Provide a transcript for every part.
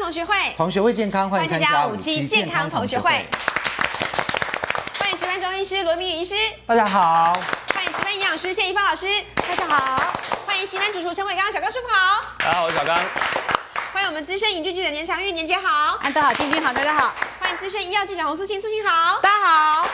同学会健康，欢迎参加五期健康同学会。欢迎值班中医师罗明宇医师，大家好。欢迎值班营养师谢怡芳老师，大家好。欢迎西南主厨陈伟刚小高师傅好，大家好，我是小刚。欢迎我们资深影剧记者年长玉年姐好，安德好，静静啊好，大家好。欢迎资深医药记者洪素清素清好，大家好。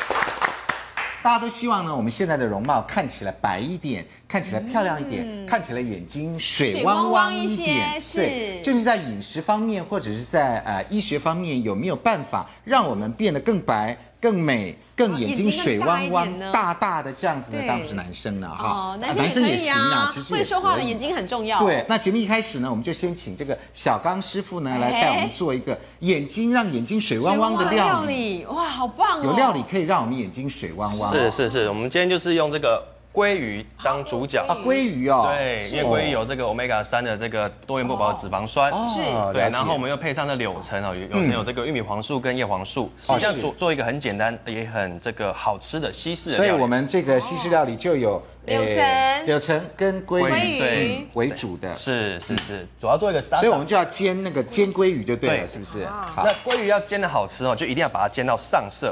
大家都希望呢，我们现在的容貌看起来白一点，看起来漂亮一点，嗯、看起来眼睛水汪汪一点。一些对，就是在饮食方面或者是在呃医学方面，有没有办法让我们变得更白、更美、更眼睛水汪汪、哦、大大的这样子呢？当然是男生了啊哈、哦，男生也行啊，其实会说话的眼睛很重要。对，那节目一开始呢，我们就先请这个小刚师傅呢来带我们做一个眼睛让眼睛哎水汪汪的料理。哇，好棒哦！有料理可以让我们眼睛水汪汪。是是是，我们今天就是用这个鲑鱼当主角啊，鲑鱼哦，对，因为鲑鱼有这个 omega 三的这个多元不饱和脂肪酸，哦是，哦对，然后我们又配上了柳橙哦，柳嗯橙有这个玉米黄素跟叶黄素，这样做做一个很简单也很这个好吃的西式的所以我们这个西式料理就有呃柳橙、柳橙跟鲑鱼为主的，是是是，主要做一个，嗯所以我们就要煎那个煎鲑鱼就对了，是不是？那鲑鱼要煎的好吃哦，就一定要把它煎到上色。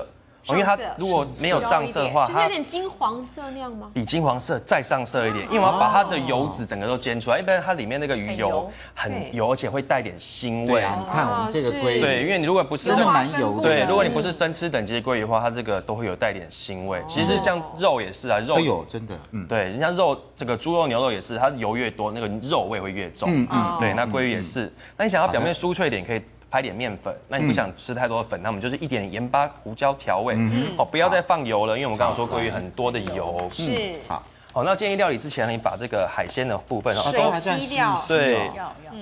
哦因为它如果没有上色的话，就是有点金黄色那样吗？比金黄色再上色一点，因为我要把它的油脂整个都煎出来，要不然它里面那个鱼油很油，而且会带点腥味。啊你看我们这个鲑鱼，对，因为你如果不是真的蛮油的，对，如果你不是生吃等级鲑鱼的话，它这个都会有带点腥味。其实像肉也是啊，肉有真的，嗯，对，人家肉这个猪肉、牛肉也是，它油越多，那个肉味会越重。嗯嗯，对，那鲑鱼也是。那你想要表面酥脆一点，可以。拍点面粉，那你不想吃太多的粉，那我们就是一点盐巴、胡椒调味，哦，不要再放油了，因为我们刚刚说过于很多的油。是。嗯好，好，哦那建议料理之前，你把这个海鲜的部分，水吸掉。啊对。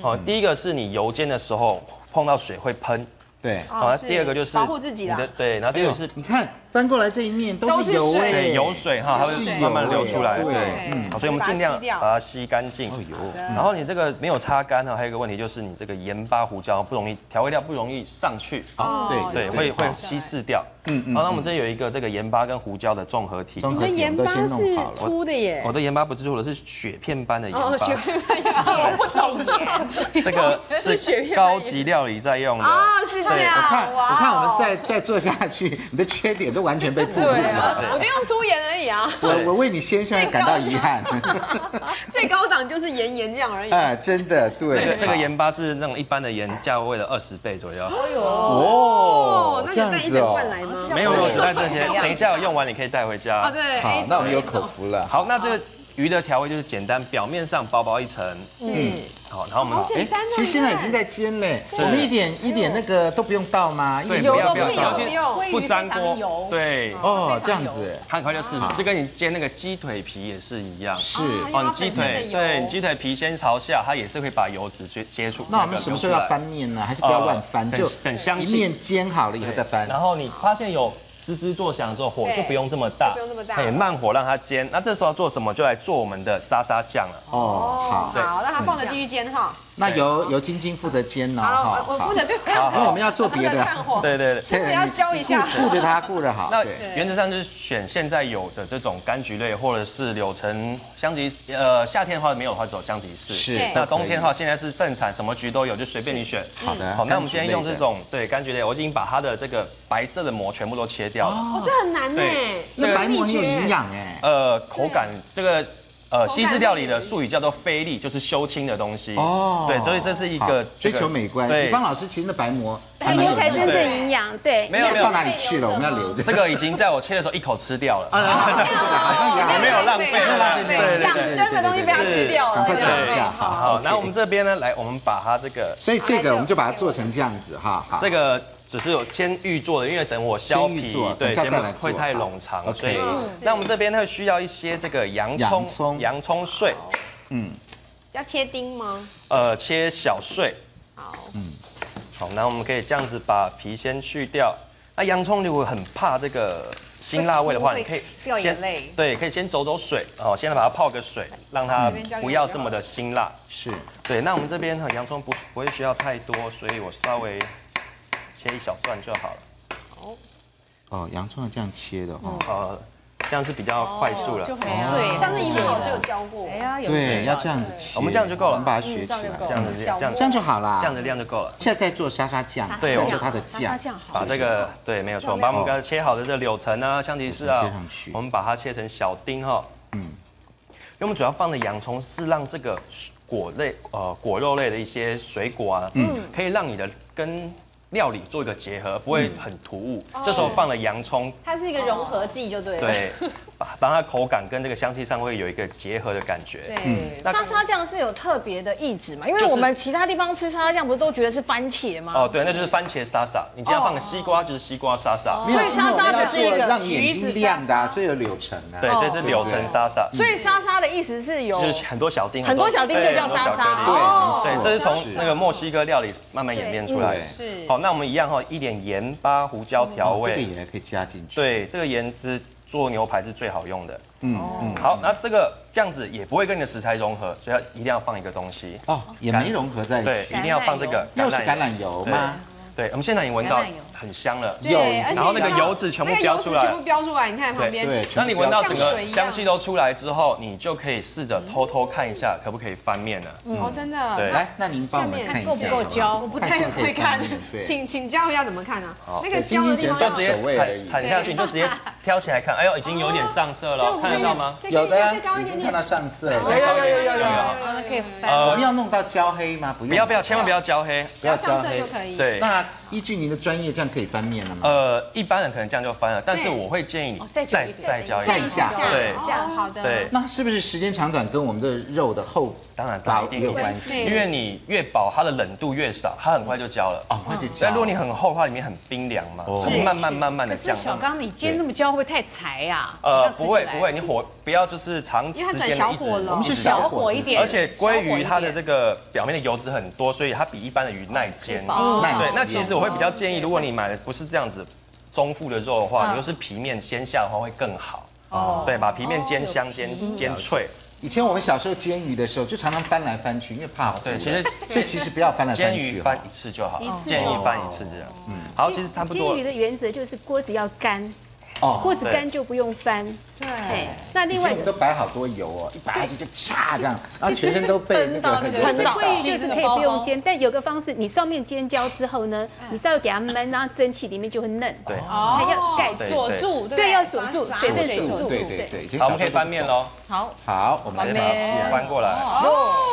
哦，第一个是你油煎的时候碰到水会喷。对。好，第二个就是哦保护自己啦。对，然后第二个是，你看翻过来这一面都是油对，油水哈，它会慢慢流出来。哎对。嗯。所以我们尽量把它吸干净。哦，油。然后你这个没有擦干呢，还有一个问题就是你这个盐巴、胡椒不容易调味料不容易上去，哦，对对，会会稀释掉。嗯嗯。好，那我们这有一个这个盐巴跟胡椒的综合体。你的盐巴是粗的耶？我的盐巴不是粗的，是雪片般的盐巴。哦雪片般盐巴，我不懂。这个是高级料理在用的。哦，是这样。我看，啊我看我们再再做下去，你的缺点都完全被暴露了。我就用粗盐而已啊。我我为你先生感到遗憾。 最高档就是盐盐这样而已。哎，真的，对。这个这个盐巴是那种一般的盐价位的二十倍左右。哎呦，哦，那就带一整罐来吗？没有没有，只带这些。等一下我用完你可以带回家。哦对。好，那我们有口福了。好，那这个鱼的调味就是简单，表面上薄薄一层。嗯。好，然后我们哎，其实现在已经在煎嘞，我们一点一点那个都不用倒吗？对，油都不用倒，不粘锅。对。嗯哦，这样子，它很快就释出，就跟你煎那个鸡腿皮也是一样。是哎哦，你鸡腿，对，你鸡腿皮先朝下，它也是会把油脂接接触。那我们什么时候要翻面呢？还是不要乱翻，就哦很香一面煎好了以后再翻。然后你发现有。滋滋作响之后，火就不用这么大，不用这么大，哎，慢火让它煎。那这时候做什么？就来做我们的沙沙酱了。哦，好，好，让它放着继续煎哈。那由由晶晶负责煎哦呢，好，我负责对，因为我们要做别的，对对对，先不要教一下，顾着它，顾着好。那对原则上就是选现在有的这种柑橘类，或者是柳橙、香吉，呃，夏天的话没有的话走香吉士，是那冬天的话现在是盛产，什么橘都有，就随便你选。嗯好的，好，那我们今天用这种对柑橘类，我已经把它的这个白色的膜全部都切掉了。哦，这很难呢。对那白馍很有营养哎。呃，口感这个呃西式料理的术语叫做菲力，就是修清的东西。哦哦，对，所以这是一个追求美观。对，方老师其实那白馍哎还有才真正营养，对。没有没有到哪里去了？我们要留着。这个已经在我切的时候一口吃掉了。啊，没有浪费，养生的东西被它吃掉了，赶快讲一下，好，好，然后我们这边呢，来，我们把它这个，所以这个我们就把它做成这样子哈。好这个只是有先预做的，因为等我削先预皮做，等对，一下节目再来做会太冗长， OK 所以嗯，那我们这边会需要一些这个洋洋葱，葱洋葱碎，要切丁吗？呃，切小碎，好，好，那我们可以这样子把皮先去掉。那洋葱如果很怕这个辛辣味的话，会你可以掉眼先泪对，可以先走走水，哦，先把它泡个水，让嗯它不要这么的辛辣。是对，那我们这边哈洋葱不不会需要太多，所以我稍微切一小段就好了。哦，洋葱要这样切的哈。呃，这样是比哦较快速了。就很碎。上次莹莹老师有教过我，哎呀，有对，水要了这样子切，我们这样就够了我们把它学起这样就来，够嗯这样子这样这样就好啦。这样的量就够了。现在在做沙沙酱，对在我做它的沙沙酱，酱好把。这个对，没有错，把我们刚才切好的这柳橙啊、香吉士啊切上去，我们把它切成小丁哈。嗯，因为我们主要放的洋葱是让这个果类呃果肉类的一些水果啊，嗯，可以让你的跟料理做一个结合，不会很突兀。这时候放了洋葱，它是一个融合剂，就对了。对，把让它口感跟这个香气上会有一个结合的感觉。对，那沙沙酱是有特别的意旨嘛？因为就是我们其他地方吃沙沙酱不是都觉得是番茄吗？哦，对，那就是番茄沙沙，你只要放个西瓜就是西瓜沙沙，没有所以因为沙我们沙要只是做一个让眼橘子睛亮的啊，所以有柳橙啊。对，这是柳橙沙沙。所以沙沙的意思是有就是很多小丁，哦很多小丁就叫沙沙对哦对，是这是从那个墨西哥料理慢慢演变出来的。嗯是好，那我们一样哈，一点盐巴、胡椒调哦，这个味。也可以加进去。，对，这个盐汁做牛排是最好用的。嗯哦嗯。好，那这个这样子也不会跟你的食材融合，所以要一定要放一个东西。哦，也没融合在一对，起一。定要放这个嗯又是橄榄油吗？对，我们现在已经闻到橄榄油很香了，有对而且然后那个像油脂全部那个飙油脂出来全部。飙出来，你看旁边。对，全部当你闻到整像个水一样香气都出来之后，你就可以试着偷偷看一下可不可以翻面啊了。哦，真的。对来，那您帮我们下面看一下够不够好焦？吗我不不太会看看是不是可以看，对请请教一下怎么看啊？那个对胶的地方要金银剪就直刀接手位而已铲铲下去，你就直接挑起来看，哎呦，已经有点上色了，看得到吗？有的啊，已经看到上色了。有有有有有有。啊，可以翻。我们呃，要弄到焦黑吗？不用，哦不要不要，千万不要焦黑。不要焦上色黑就。可以。对，那依据您的专业，这样可以翻面了吗？呃，一般人可能这样就翻了，但是对我会建议再再久一再点再焦一再下一。下对哦，好的。对，那是不是时间长短跟我们的肉的厚当然当然薄一定也有有关系？因为你越薄，它的冷度越少，它很快就焦了。哦，那就焦。哦但如果你很厚的话，里面很冰凉嘛，它慢慢慢慢的可是降。小刚，你今天那么焦，会不会太柴啊呀？呃，这样吃不起会来不会，，你火不要就是长时因为它间的转一直小火了，我们是小小火火一点。而且鲑鱼它的小火这一点个表面的油脂很多，所以它比一般的鱼耐煎。哦嗯耐煎对，那其实我会比较建议，如果你买的不是这样子中腹的肉的话，你又是皮面先下的话会更好。哦，对，把皮面煎香、煎煎脆。以前我们小时候煎鱼的时候，就常常翻来翻去，因为怕糊。对，其实所以其实不要翻来翻煎鱼去。哦翻一次就好一，次建就议好翻一次这样。嗯，好，其实差不煎多鱼。的原则就是锅子要干，锅哦，子干就不用翻。对。哎，那以另前外我们都摆好多油哦，一摆下去就啪这样，然后全身都被那个喷到那个鲑鱼就是可以不用煎，但有个方式，你上面煎焦之后呢，你稍微给它焖，然后蒸汽里面就会嫩。嗯对，哦还要盖住锁住，对不对，要锁住，水分锁住住。对对对，就是好，我们可以翻面喽，好，好，哦我们来把它试翻过来。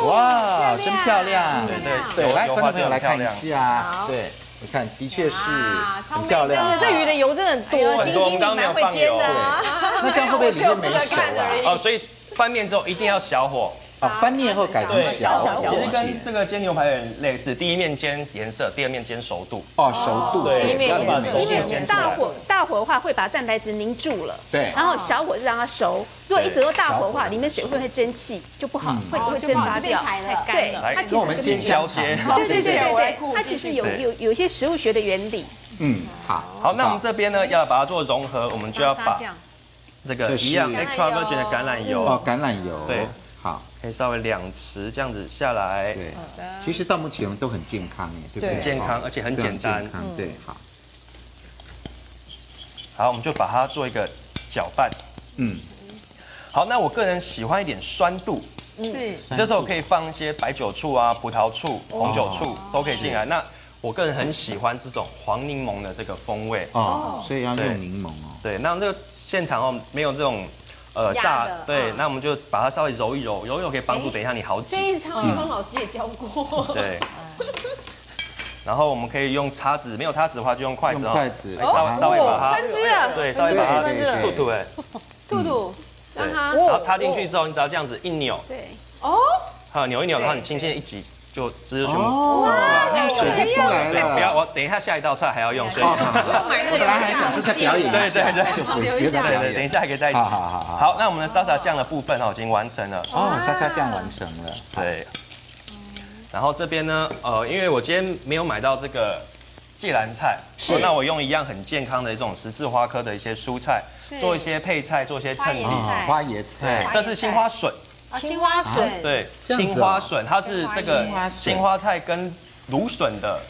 哇，真漂亮！对对对，油来，油观众花朋就友很来漂看一亮。下，对，你看，的确是很漂但亮。是这鱼的油真的很哦多，很多我们刚刚没有放油。啊那这样会不会里面没熟啊？哦，所以翻面之后一定要小火。啊，翻面后改成对，小火其实一跟点这个煎牛排很类似，第一面煎颜色，第二面煎熟度。哦，熟度对对，不要要把里面熟没度因为熟煎出大来。火大火的话会把蛋白质凝住了，对然后小火就让它熟。如果一直都大火小的火话，里面水分会蒸汽，哦就不好，会会蒸发变掉。柴了太干了，嗯来，它跟其实我们跟煎小切。对对对谢谢我来对顾对，它其实继有啊对有有一些食物学的原理。嗯，好， 好，那我们这边呢，要把它做融合，我们就要把这个一样就是 extra virgin 的橄榄哦油，，橄榄油，对，好，可以稍微两匙这样子下来，对，其实到目前我们都很健康耶，对不很对？健康，哦而且很简单非常健。嗯康，对，好，好，我们就把它做一个搅拌。嗯，好，那我个人喜欢一点酸度，是这时候可以放一些白酒醋啊、葡萄醋、红酒醋哦都可以进来。那我个人很喜欢这种黄柠檬的这个风味。哦，所以要对用柠檬哦，对，那这个现场哦没有这种呃压炸的，对嗯，那我们就把它稍微揉一揉，揉一揉可以帮助等一下你好挤。这一嗯招方老师也教过。对。 然后我们可以用叉子，没有叉子的话就用筷用子哦，筷子哎稍微稍微把它，哦分支了，对，稍微把它对对对吐吐哎，兔兔，对，它然后插进去之后，你只要这样子一扭，对，哦，还有扭一扭，然后你轻轻地一挤，就汁就全部。哦，那水就出来对，了，不要，我等一下下一道菜还要用，所以哦，买我本来还想说再表演一下，对对对就不留一不要下表对演对，等啊一下还可以再一起。好好好好好，那我们的沙沙酱的部分哦已经完成了，哦，沙沙酱完成了，对。然后这边呢，呃，因为我今天没有买到这个芥蓝菜，哦是那我用一样很健康的一种十字花科的一些蔬菜，做一些配菜，做一些花衬椰底菜。哦，花椰对菜，，这是青花笋，青花笋，对，这样子哦青花笋，它是这个青花笋青花菜跟芦笋的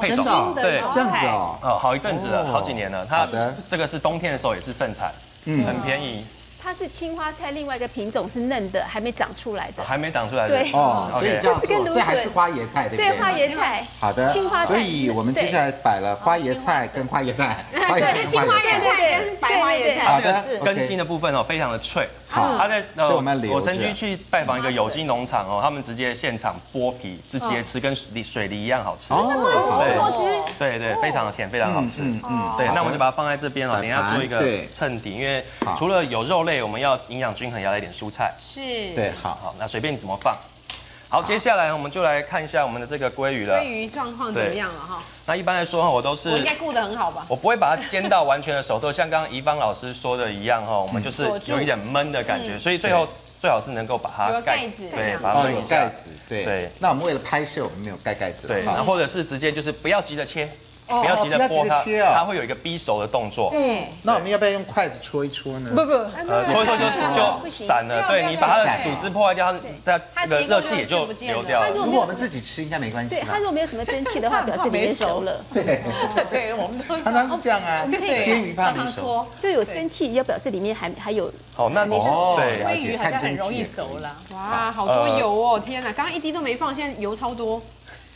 配真种的哦，对。这样子哦，哦，好一阵子了，好几年了。它好的嗯这个是冬天的时候也是盛产，很便宜，它是青花菜另外一个品种，是嫩的，还没长出来的。还没长出来的对哦，所以 OK 这样就是跟芦做，笋这还是花椰菜对不对？对，花椰菜。好的，青花菜。所以我们接下来摆了花椰菜跟花椰菜，花椰菜跟青花花椰椰菜。菜跟白花椰菜，啊好它这的个 OK 根茎的部分哦，非常的脆。好它在呃所以我们留着我曾经去拜访一个有机农场哦，他们直接现场剥皮，直接吃，跟水梨水梨一样好吃。哦，多对汁。对对，非常的甜，非常好吃。嗯嗯对，好的那我们就把它放在这边了，摆等一下盘做一个对衬底，因为好除了有肉类，我们要营养均衡，也要来点蔬菜。是对，好，好，那随便你怎么放。好，接下来我们就来看一下我们的这个鲑鱼了鲑。鱼状况怎么样了哈？那一般来说哦哈，我都是我应该顾得很好吧？我不会把它煎到完全的熟透，像刚刚怡芳老师说的一样哈，我们就是锁住有一点闷的感觉，所以最后最好是能够把它有盖盖子对，盖把它哦，焖有一盖下，子，对对。那我们为了拍摄，我们没有盖盖子。对，然好后或者是直接就是不要急着切，不要急着不要急剥着它切哦，它会有一个逼熟的动作，对，那我们要不要用筷子戳一戳呢？不不，呃，搓一搓就不就散了，对你把它的组织破坏掉，它它的热气也就流掉它结了。如果我们自己吃，应该没关系对，它吧如？果没有什么蒸汽的话，表示里面熟 了。对，对我们都常常是这样啊，对煎鱼怕没常熟。搓就有蒸汽，要表示里面还还有好，那哦对，鲑鱼好像很容易熟了。哇，好呃多油哦！天哪，刚刚一滴都没放，现在油超多。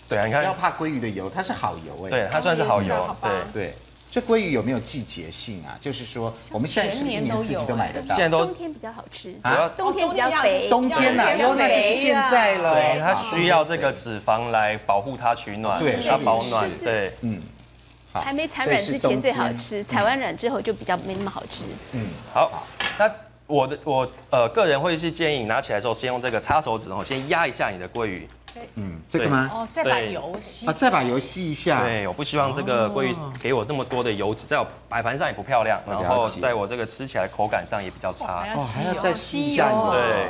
对啊，你不要怕看，鲑鱼的油，它是好油哎。对，它算是好油哦好，吧对。对，这鲑鱼有没有季节性啊？就是说，我们现在是不是一年四季都买得到现。在都欸冬天比较好吃，主要冬天比较哦肥。冬天呐、比较啊哟，那就是现在了。对，它好需要这个脂肪来保护它取暖，对它保暖是，是对，嗯，好还没产卵之前最好。所以是冬天吃，产完卵之后就比较没那么好吃。嗯，好。那我的我呃个人会是建议你拿起来的时候，先用这个擦手指哦，先压一下你的鲑鱼。嗯，这个吗？哦，再把对油吸啊，哦再把油吸一下。对，我不希望这个鲑鱼给我那么多的油脂，在我摆盘上也不漂亮，了解然后在我这个吃起来口感上也比较差，还要哦，还要吸油再吸一下油。吸油对，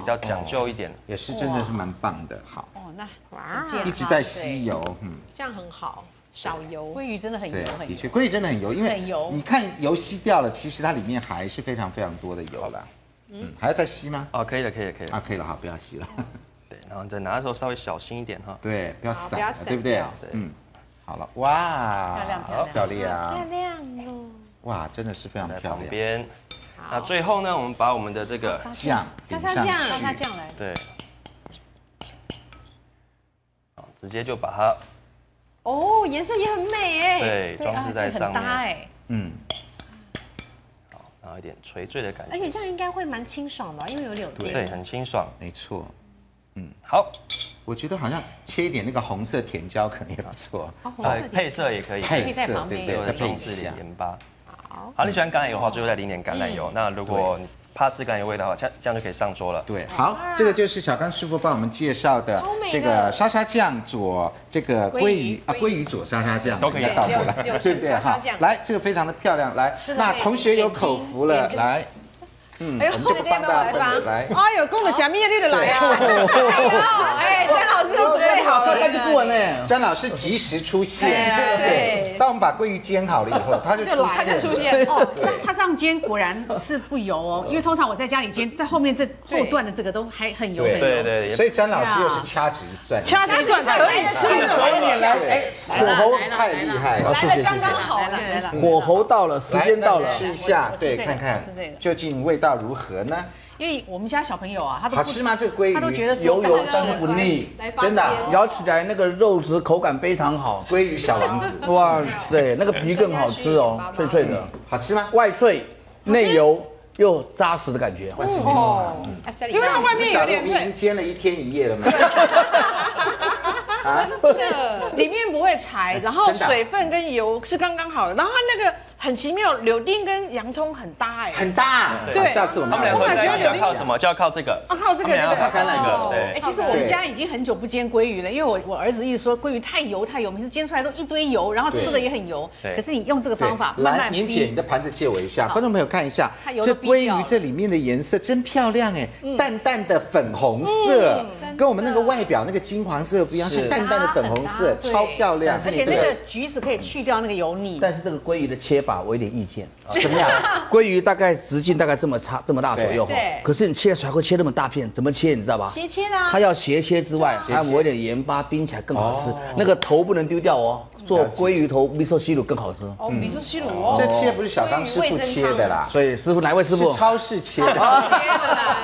比较讲哦究一点。也是真的是蛮棒的。好，哦，那哇，一直在吸油，嗯，这样很好，少油。鲑鱼真的很对油，的很油。确，鲑鱼真的很油，因为很油你看油吸掉了，其实它里面还是非常非常多的油啦。嗯，还要再吸吗？哦，可以了，可以了，可以了。啊，可以了，好，不要吸了。对，然后你再拿的时候稍微小心一点 哈。对，不要不散要了，散对不对掉？对嗯，好了，哇，漂亮漂亮漂亮，亮哦！哇，真的是非常在漂旁亮。边。那最后呢，我们把我们的这个酱沙顶沙上酱，去，沙沙酱来。对，好，直接就把它哦，颜色也很美哎。对装饰在上很搭面，哎，嗯，然后一啊点垂坠的感哎而且觉，这样应该会蛮清爽啊的，因为有柳丁。对，很清爽。没错。好，我觉得好像切一点那个红色甜椒可能也不错，好红呃色，配色也可以，配哦在色旁对边不对？就是再配重一置一下点，盐巴。好，你喜欢橄榄油的话，最后再淋点橄榄油。那如果你怕吃橄榄油味的话，这样这样就可以上桌了。对，好，这个就是小刚师傅帮我们介绍的美的这个沙沙酱佐这个鲑鲑鱼鱼啊，鲑鱼佐沙沙酱都可以应该倒过对有来，有对不对沙沙哈酱？来，这个非常的漂亮，来，了那会同学有口福了，来，嗯，哎呦我们就不帮大家分了，来。哎呦，公的假面你就来啊！哎，詹老师都准备好了，赶紧过呢。詹老师及时出现，对对，当我们把鲑鱼煎好了以后，他就出现了，出现哦，它它这样煎果然是不油嗯哦，因为通常我在家里煎，在后面这后段的这个都还很油很对对油。对，也所以詹老师又是掐指一算，掐指算可以，信手拈来，哎，火候太厉害了，谢谢谢谢，好，来了来了，火候到了，时来间到了那，你吃一下我，吃对，这个看看我吃这个究竟味道如何呢？因为我们家小朋友啊，他都好不吃吗？这个鲑鱼他都觉得说油油刚刚但不腻，来发真的啊煎咬起来那个肉质口感非常好，鲑鱼小王子，哦哇塞，那个皮更好吃哦，脆脆的，好吃吗？外脆内油又扎实的感觉。哦，因为它外嗯面小有鹿点已经煎了一天一夜了 吗？啊，里面不会柴，然后真的啊水分跟油是刚刚好的，然后它那个很奇妙，柳丁跟洋葱很搭哎。很大，啊对下次我他们们两来问个在一一起要下靠什么？就要靠这个，啊靠这个他们俩要对不对靠那个，哦对哎，。其实我们家已经很久不煎鲑鱼了，因为我我儿子一直说鲑鱼太油太油，每次煎出来都一堆油，然后吃的也很油。对可是你用这个对方法慢来，慢宁姐，逼你，的盘子借我一下，观众朋友看一下它，油这都逼鲑掉鱼了这里面的颜色真漂亮哎，嗯淡淡的粉红色，跟我们那个外表那个金黄色不一样，是是淡淡的粉红色，啊对超漂亮。而且那个橘子可以去掉那个油腻。但是这个鲑鱼的切法我有点意见，怎么样？鲑鱼大概直径大概这么差这么大左右哈对对，可是你切出来会切那么大片，怎么切你知道吧？斜切的啊它，要斜切之外，斜切还抹一点盐巴，冰起来更好吃。那个头不能丢掉哦，做鲑鱼头 miso 西鲁更好吃。哦，米寿西鲁哦，这切不是小刚师傅切的啦，所以师傅哪位哦师是傅？超市切的，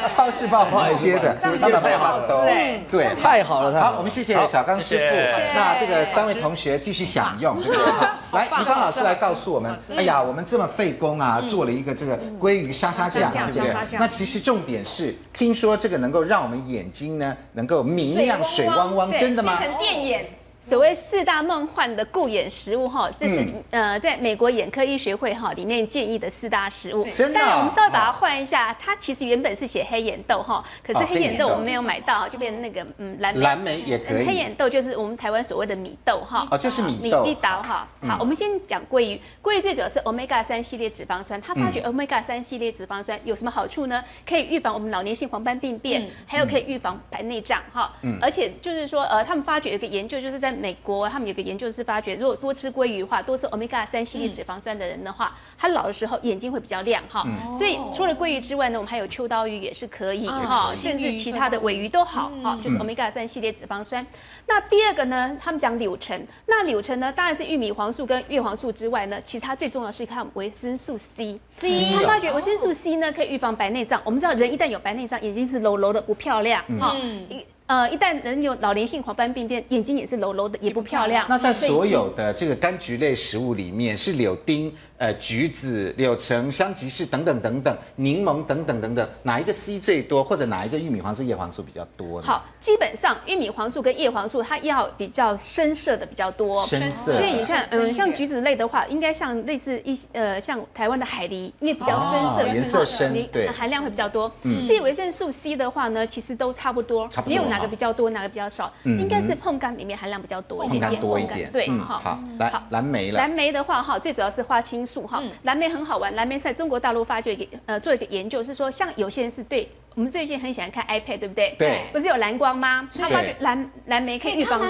超市帮我们切的，他们帮我们哎都对。太好了，太好，好我了。们谢谢小刚师谢傅谢。那这个三位同学继续享用，对不对？好来，怡芳老师来告诉我们，哎呀，我们这么费工啊，做了一个这个鲑鱼沙沙酱，沙沙酱对不对沙沙？酱那其实重点是，听说这个能够让我们眼睛呢能够明亮、水水汪汪汪，真的吗？变成电眼，所谓四大梦幻的顾眼食物哈，这嗯是、呃在美国眼科医学会哈里面建议的四大食物。真的啊当然我们稍微把它换一下，它其实原本是写黑眼豆哈，可是哦黑眼黑眼豆豆我们没有买到，就变成那个嗯蓝莓。蓝莓也可嗯黑以，眼豆就是我们台湾所谓的米豆哈，哦就是米米豆嗯米豆哈。好，我们先讲鲑鱼，鲑鱼最主要是 omega 三系列脂肪酸，它发觉嗯 omega 三系列脂肪酸有什么好处呢？可以预防我们老年性黄斑病变，嗯还有可以预防白内障哈。而且就是说，呃，他们发觉有一个研究，就是在美国，他们有一个研究是发觉，如果多吃鲑鱼的话，多吃 omega 三系列脂肪酸的人的话，嗯他老的时候眼睛会比较亮哈。所以除了鲑鱼之外呢，我们还有秋刀鱼也是可以哈，甚至其他的尾鱼都好哈，就是嗯 omega 三系列脂肪酸。那第二个呢，他们讲柳橙，那柳橙呢，当然是玉米黄素跟叶黄素之外呢，其实它最重要是看维生素 C。C，他哦发觉维生素 C 呢可以预防白内障。我们知道人一旦有白内障，眼睛是柔柔的，不漂亮嗯哈。一呃，一旦人有老年性黄斑病变，眼睛也是柔柔的，也不漂亮。那在所以所是有的这个柑橘类食物里面，是柳丁、呃橘子、柳橙、香吉士等等等等，柠檬等等等等，哪一个 C 最多，或者哪一个玉米黄素、叶黄素比较多呢？，好，基本上玉米黄素跟叶黄素它要比较深色的比较多，深色的所以你看，嗯，像橘子类的话，应该像类似一呃，像台湾的海梨，因为比较深色，哦颜色深梨对嗯含量会比较多。至于维生素 C 的话呢，其实都差不多差，不多啊嗯没有哪个比较多，哪个比较少，应该是碰柑里面含量比较多一碰点柑呃点，多一碰柑点，对，嗯好。好，来好蓝莓了嗯蓝，莓的话，哈，最主要是花青素哈。蓝莓很好玩，蓝莓在中国大陆发掘一个呃做一个研究，是说像有些人是对我们最近很喜欢看 iPad，对不对？对不是有蓝光吗？他发觉蓝蓝莓可以预防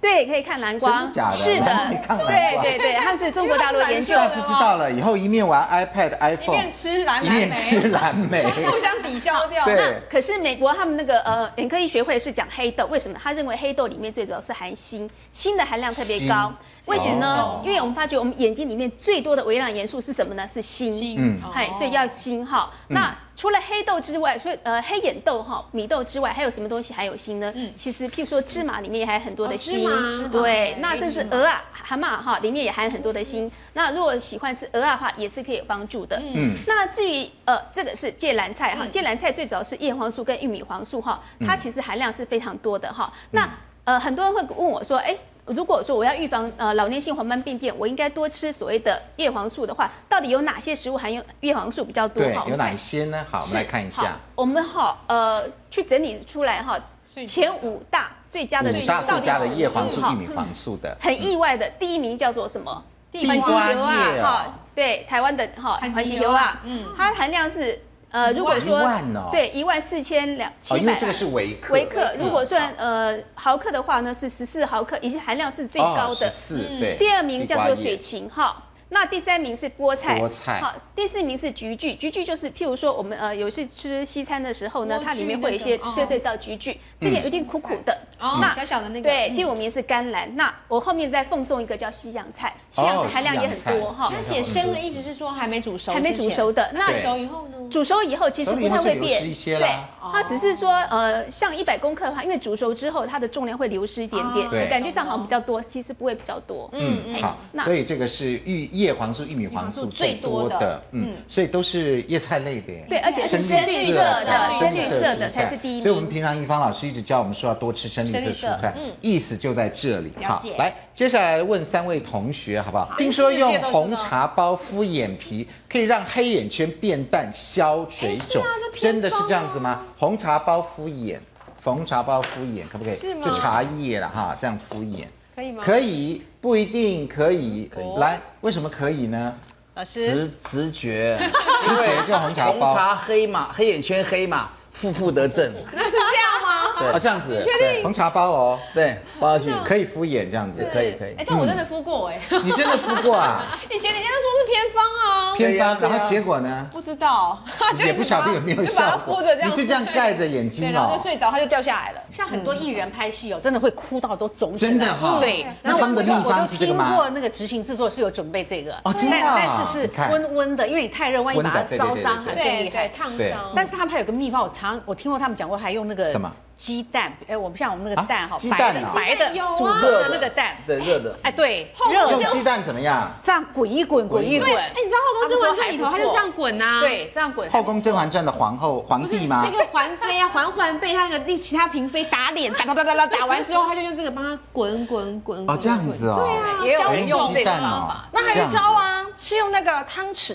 对，可以看蓝光，真的假的是蓝的莓，看蓝光对对对，他 们是中国大陆研究下次知道了，以后一面玩 iPad、一 iPhone，面吃蓝一莓面吃蓝 莓，互相抵消掉。对，可是美国他们那个呃眼科医学会是讲黑豆，为什么呢？他认为黑豆里面最主要是含锌，锌的含量特别高锌。哦为什么呢？因为我们发觉我们眼睛里面最多的微量元素是什么呢？是锌。嗯嗨，所以要锌哈。嗯那除了黑豆之外，所以呃黑眼豆哈、米豆之外，还有什么东西含有锌呢？其实譬如说芝麻里面也含很多的锌，对，那甚至鹅啊、蛤蟆哈里面也含很多的锌。那如果喜欢吃鹅啊的话，也是可以有帮助的。嗯，那至于呃这个是芥蓝菜哈，芥蓝菜最主要是叶黄素跟玉米黄素哈，它其实含量是非常多的哈。嗯那呃，很多人会问我说，哎，如果说我要预防呃老年性黄斑病变，我应该多吃所谓的叶黄素的话，到底有哪些食物含有叶黄素比较多？对哈，有我们哪看一些呢？好，我们是来看一好下，我们哈呃去整理出来哈，前五大最佳的五食嗯大物到最底佳的是叶黄素、哈玉米黄素的，很意外的，第一名叫做什么？地啊瓜叶哦哈，对，台湾的哈环环吉吉油油啊啊，嗯，它含量是呃，如果说一万哦对一万四千两哦，七因为百这个是维克，啊微克，如果算呃毫克的话呢，是十四毫克，已经含量是最高的。哦嗯四，对。第二名叫做水地芹哈。那第三名是菠菜，菠菜好，第四名是菊苣，菊苣就是譬如说我们呃有些吃西餐的时候呢莴苣，它里面会有一些那种哦对对叫菊苣，之前有点苦苦的，哦那小小的那个对，嗯第五名是甘蓝，那我后面再奉送一个叫西洋哦菜，西洋菜含量也很多哈，它写生嗯的意思是说还没煮熟，还没煮熟。的，那对熟以后呢？煮熟以后其实不熟了以太会后就流变，失一些啦对，哦它只是说呃，像一百公克的话，因为煮熟之后它的重量会流失一点啊点，对感觉上好像比较多，其实不会比较多。嗯，嗯，好，那所以这个是玉叶黄素、玉米黄素最多的，嗯，所以都是叶菜类的耶，对，而且是 深深绿绿色色的的，深深绿绿色色蔬的菜才是第一所以我们名。平常一芳老师一直教我们说要多吃深绿色深绿色蔬菜，意思就在这里。好，来，接下来问三位同学好不好？听说用红茶包敷眼皮可以让黑眼圈变淡、消水肿，真的是这样子吗？红茶包敷眼，红茶包敷眼可不可以？是吗就茶叶了哈，这样敷眼可以吗可以，不一定可以。来，为什么可以呢？老师，直直觉，直接就红茶红包。茶黑嘛，黑眼圈黑嘛，负负得正。那是这样吗？啊，这样子，红茶包哦，对，包下去，可以敷眼这样子，可以可以哎，。但我真的敷过哎，嗯你真的敷过 啊？以前人家都说是偏方啊，偏方，对呀然后结果呢？不知道，就也不晓得有没有效就把它果敷着这，样你就这样盖着眼对，睛然后哦就，睡着，它就掉下来了。像很多艺人拍戏哦，真的会哭到都肿起来。真的哈对，那他们的然后我秘方是这个吗我就听过那个执行制作是有准备这个哦真的但但是你是看温温的，因为你太热，万一把它温的对对烧对伤对还对更厉害。烫对伤。但是他们还有个秘方，我常我听过他们讲过，还用那个什么鸡蛋，哎，我们像我们那个蛋啊哈啊，鸡白蛋啊的白的鸡蛋有啊煮熟的那个蛋，对，热的。哎，对，热用的鸡蛋怎么样？这样滚一滚，滚一滚对，，哎，你知道后宫甄嬛传里头，他就这样滚呐，，对，这样滚。后宫甄嬛传的皇后皇帝吗那？个环妃啊，嬛嬛被他那个另其他嫔妃打脸，打打打打打打完之后，他就用这个帮他滚滚滚。哦，滚这样子。滚啊哦，也有哎人用这鸡个蛋方哦法。，那还这有样一子招啊，是用那个汤匙，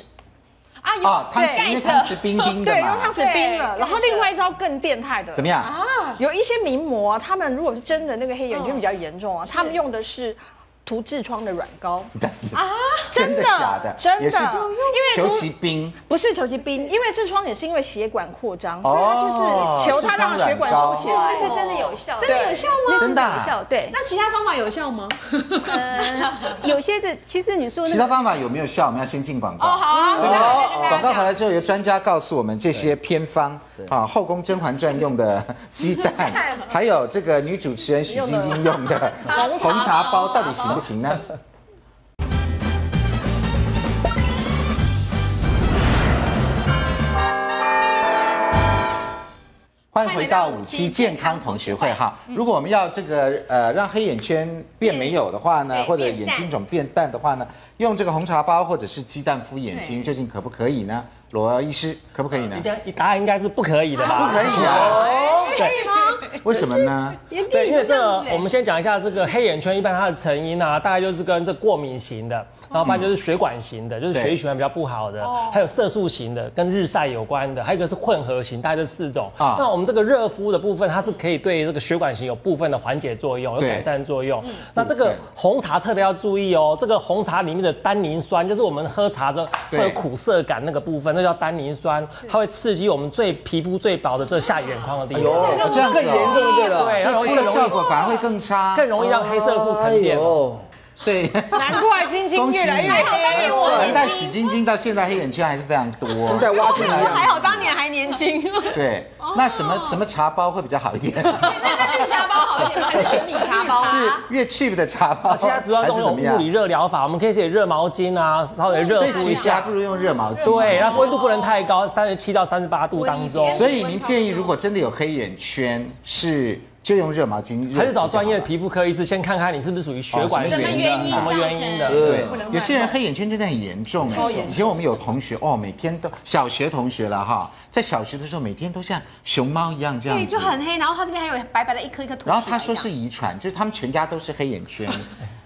啊哦，有汤匙，因为汤匙冰冰的 对，用嘛汤，匙冰了。对然后另外一招更变态的，啊怎么样？啊有一些名模，他们如果是真的那个黑眼圈比较严重哦啊，他们用的是涂痔疮的软膏，啊，真的假的？真的也是因为求涂其冰，不是求其冰，因为痔疮也是因为血管扩张，所以它哦就是求它让血管收起那来。是真的有效，真的有效吗？真的有啊。效，对。那其他方法有效吗？ 呃，有些是，其实你说其那他个，方法有没有效？我们要先进广告。哦，好啊，对不那我再跟大对？广家告讲回来之后，由专家告诉我们这些偏方啊，《后宫甄嬛传》用的鸡蛋，还有这个女主持人许晶晶用的红茶包，到底行不行呢？欢迎回到五期健康同学会哈。如果我们要这个呃让黑眼圈变没有的话呢，或者眼睛肿变淡的话呢，用这个红茶包或者是鸡蛋敷眼睛，究竟可不可以呢？罗医师可不可以呢应？该答案应该是不可以的吧？不可以啊，对为什么呢？对，因为这欸个我们先讲一下这个黑眼圈，一般它的成因啊，大概就是跟这过敏型的，然后不然就是血管型的，就是血液循环比较不好的，还有色素型的，跟日晒有关的，还有一个是混合型，大概这四种。啊那我们这个热敷的部分，它是可以对这个血管型有部分的缓解作用，有对改善作用。那这个红茶特别要注意哦，这个红茶里面的单宁酸，就是我们喝茶之后会有对苦涩感那个部分，那叫单宁酸，它会刺激我们最皮肤最薄的这下眼眶的地方。哦这样子更严重哦，就对了。对，它容易敷了效果反而会更差，更容易让黑色素沉淀。哎哦，所以难怪晶晶恭喜越来你越黑，我能带许晶晶到现在黑眼圈还是非常多，跟在挖进来一还样。好当年还年轻，对，那什么什么茶包会比较好一点？绿茶包好一点吗？还是玄米茶包是啊？越 cheap 的茶包，啊，现在主要还都是用怎么样物理热疗法，我们可以写热毛巾啊，稍微热所以敷其一实下还。不如用热毛巾。对，然后温度不能太高，三十七到三十八度当中。所以您建议，如果真的有黑眼圈，是就用热毛巾，还是找专业的皮肤科医师先看看你是不是属于血管什型么原因的，什么原因造成的。对对，有些人黑眼圈真的很严重哎。以前我们有同学哦，每天都小学同学了哈，在小学的时候每天都像熊猫一样这样对，子就。很黑，然后它这边还有白白的一颗一颗凸起来然后他说是遗传，就是他们全家都是黑眼 圈，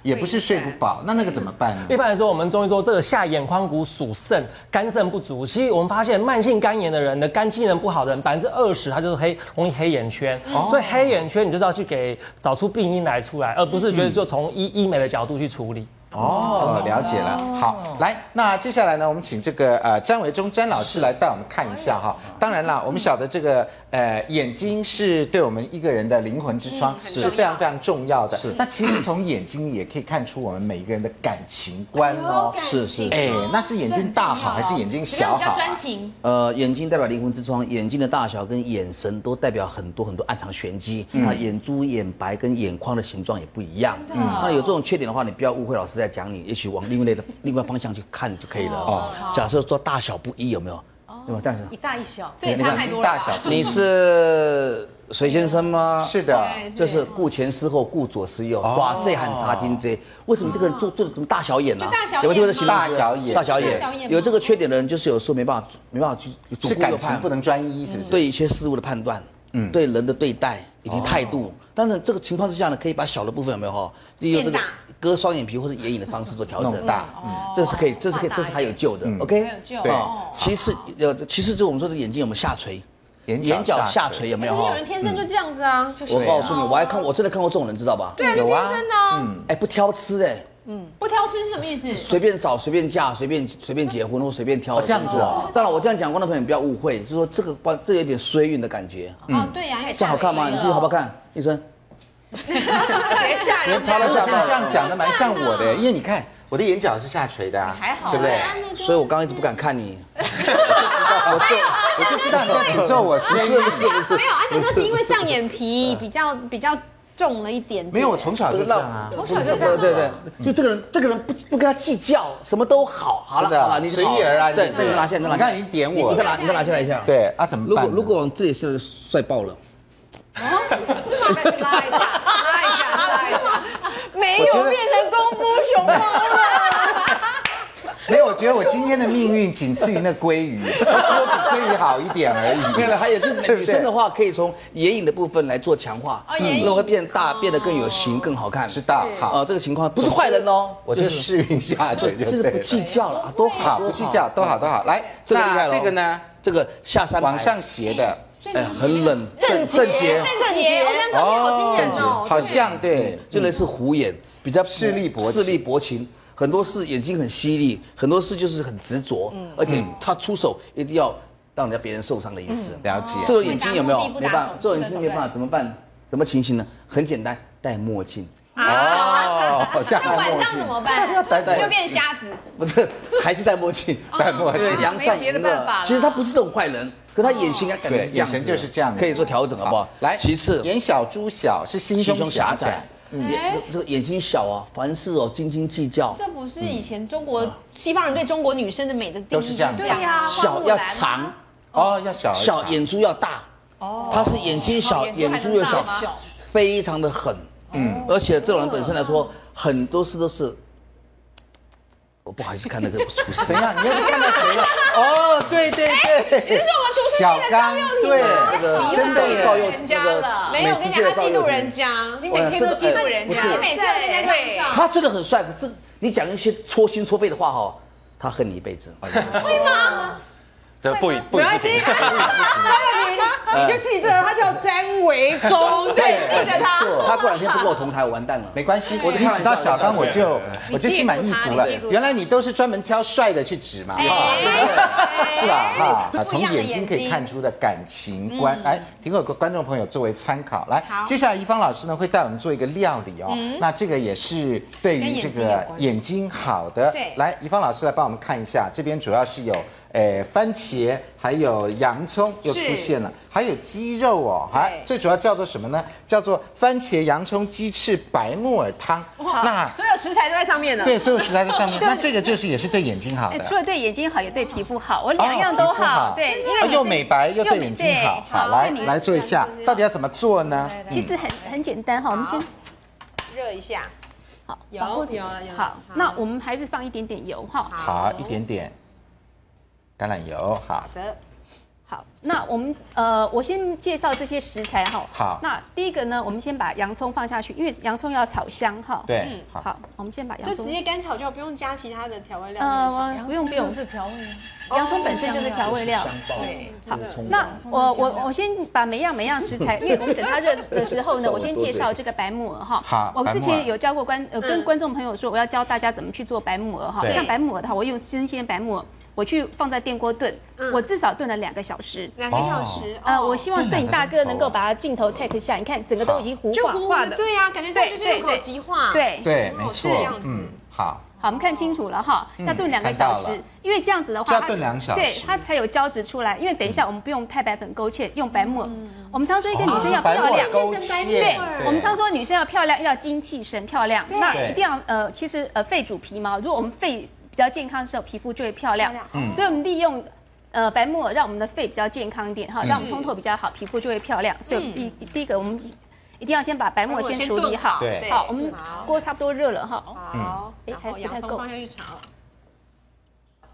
也不是睡不饱，那那个怎么办一呢？般来说，我们中医说这个下眼眶骨属肾，肝肾不足。其实我们发现，慢性肝炎的人的肝机能不好的人，百分之二十他就是黑，容易黑眼圈。哦所以黑眼圈你就是要去给找出病因来出来，而不是嗯觉得就从医医美的角度去处理。哦，了解了。好，来，那接下来呢，我们请这个呃詹维忠詹老师来带我们看一下哈。当然啦，我们晓得这个呃眼睛是对我们一个人的灵魂之窗是非常非常重要的。是，那其实从眼睛也可以看出我们每一个人的感情观哦。是是哎，那是眼睛大好还是眼睛小比较好？啊专情，呃，眼睛代表灵魂之窗，眼睛的大小跟眼神都代表很多很多暗藏玄机。那、眼珠、眼白跟眼眶的形状也不一样。嗯，那有这种缺点的话，你不要误会老师在讲你，也许往另外的另外方向去看就可以了。哦，假设说大小不一，有没有？有没有？但是一大一小，这也差太多了大吧。小 你是水先生吗？是的，哦就是顾前思后，顾左思右，哇塞，很差金这。为什么这个人做做怎么大小眼呢、嗯啊就大小眼有没有这个形容词大小眼大小大小眼吗眼。有这个缺点的人，就是有时候没办法，没办法去左是顾右感情盼不，能专一，是不是？对一些事物的判断，嗯，对人的对待以及态哦度。但是这个情况之下呢，可以把小的部分有没有哈，利用这个变大割双眼皮或者眼影的方式做调整弄，大嗯，这是可以，这是可以，这是还有救的，OK，还有救对其次，呃，其次就是我们说的眼睛有没有下垂，眼角眼角下下垂有没有哎可是有哈？人天生就这样子啊，就是我告诉你，我还看，我真的看过这种人，知道吧？对，嗯有啊，真的啊，哎，不挑吃哎，嗯，不挑吃是什么意思？随便找、随便嫁、随便随便结婚或随便挑啊哦这样子哦。当然，我这样讲，观众朋友你不要误会，就是说这个关，这有点衰运的感觉。嗯哦，对呀，因为这样好看吗？下雨你了自己好不好看，医生？别吓人，他都我吓觉得到这样讲的蛮像我的，因为你看我的眼角是下垂的啊，还好啊对不对？所以我刚刚一直不敢看你。 哦我就我就知道你在诅咒我，所以没有，安德哥是因为上眼皮比较比较重了一点点， 没有我从小就这样啊。从小就这样。对对对，就这个人，这个人不不跟他计较，什么都好。 好了真的啊好了，你随遇而安对你，那你拿下，那拿你下。看你点我你再拿，你再拿下来一下。。对啊，怎么如办果呢？如果往这里是帅 爆了，是吗？拉一下，拉一下，拉一下，没我觉有得变成功夫熊 猫了。没有，我觉得我今天的命运仅次于那鲑鱼，我只有比鲑鱼好一点而已。 没有了。还有就对是不女对生的话，可以从眼影的部分来做强化，哦眼影那会变大，变得更有型，更好看。知道好呃，这个情况不是坏人哦， 我就试运下垂就就是对不了 计较了，啊都好，好，都不计较，都好，都好。来， 这个厉害那了哦这个呢？这个下山往上斜的，哎，很冷，正正洁，正杰，我看照片好惊人哦，好像对，就类似虎眼，比较势利薄情势利薄情。很多事眼睛很犀利，很多事就是很执着，嗯而且他出手一定要让人家别人受伤的意思。了解。这种眼睛有没有嗯不打目的不没打办手法？这种眼睛没办法，怎么办？怎么情形呢？很简单，戴墨镜。哦，这样啊那晚上怎么办？就变瞎子，不是，还是戴墨镜，戴墨镜对，扬善没有别的迎办法恶啦。其实他不是这种坏人，可他眼型啊，感哦觉对，是眼这样子，神就是这样子，可以做调整，好不好？来，其次，眼小猪小是心心胸胸狭狭窄窄，，眼这个眼睛小啊，凡事哦斤斤计较，嗯哎这不是以前中国西方人对中国女生的美的定义对呀、呀小要长，哦，要小而小长眼珠要大，哦，他是眼睛小，眼珠又小，非常的狠，嗯，而且这种人本身来说，很多事都是，我不好意思看那个厨师怎，样？你又是看到谁了？哦，对对对，你是我们厨师小刚，对，那个真的耶，赵又那了个没有，美我跟食你界讲，他的哎赵嫉妒又廷人家，你哇每天都嫉妒人不家，是每次人家看上，他真的很帅，可是你讲一些戳心戳肺的话哈、他恨你一辈子。这不一不一定。哎还有你，你就记着他叫詹维 忠，对，记着他。他过两天不跟我同台，我完蛋了。没关系，我你指到小刚，我就我就心满意足了你借助。他原来你都是专门挑帅的去指嘛，是吧？哈，啊从眼睛可以看出的感情观，哎，提供给观众朋友作为参考。来，接下来一芳老师呢会带我们做一个料理哦，那这个也是对于这个眼睛好的。对来，一芳老师来帮我们看一下，这边主要是有。诶，番茄还有洋葱又出现了，还有鸡肉哦，还最主要叫做什么呢？叫做番茄洋葱鸡翅白木耳汤。那所有食材都在上面了。对，所有食材在上面，那这个就是也是对眼睛好哎的，除。了对眼睛好，也对皮肤好，我哦两样都皮肤好。对，因为啊你又是美白又对美眼睛对好。好，来那你来做一下，到底要怎么做呢？嗯其实很很简单哈，我们先热一下，好有保护自己有有好，那我们还是放一点点油哈。好，一点点橄榄油，好，好，那我们呃，我先介绍这些食材哈。好那第一个呢，我们先把洋葱放下去，因为洋葱要炒香哈。。对，好，好，我们先把洋就葱直。接干炒就好，不用加其他的调味料。呃，不用不用，是调味，洋葱本身就是调味料。对，好，那我我我先把每样每样食材，因为我们等它热的时候呢，我先介绍这个白木耳哈。好我白木耳之前有教过观呃跟观众朋友说，我要教大家怎么去做白木耳哈。对像白木耳的话，我用新鲜白木耳，我去放在电锅炖，我至少炖了两个小时。两个小时。呃，哦我希望摄影大哥能够把它镜头 take 一下，你看整个都已经糊就化糊化化的的，，对呀，感觉这就是对入口即化。，对对，哦没是错这样子，嗯，好，好，我们看清楚了哈，要炖两个嗯看到小了时，因为这样子的话，就要它炖两小时对，它才有胶质出来。因为等一下我们不用太白粉勾芡，用白木耳。我们常说一个女生要漂嗯哦白木亮耳，勾变成白芡，木对耳，我们常说女生要漂亮，要精气神漂亮，那对一定要呃，其实呃肺主皮毛，如果我们肺比较健康的时候，皮肤就会漂亮漂，嗯所以我们利用。呃，白木耳让我们的肺比较健康一嗯点哈，让我们通透比较好，皮肤就会漂亮。所以第第一个，我们一定要先把白木耳先处理好。对好，我们锅差不多热了哈，好，哎然后还不太洋葱够放下去炒。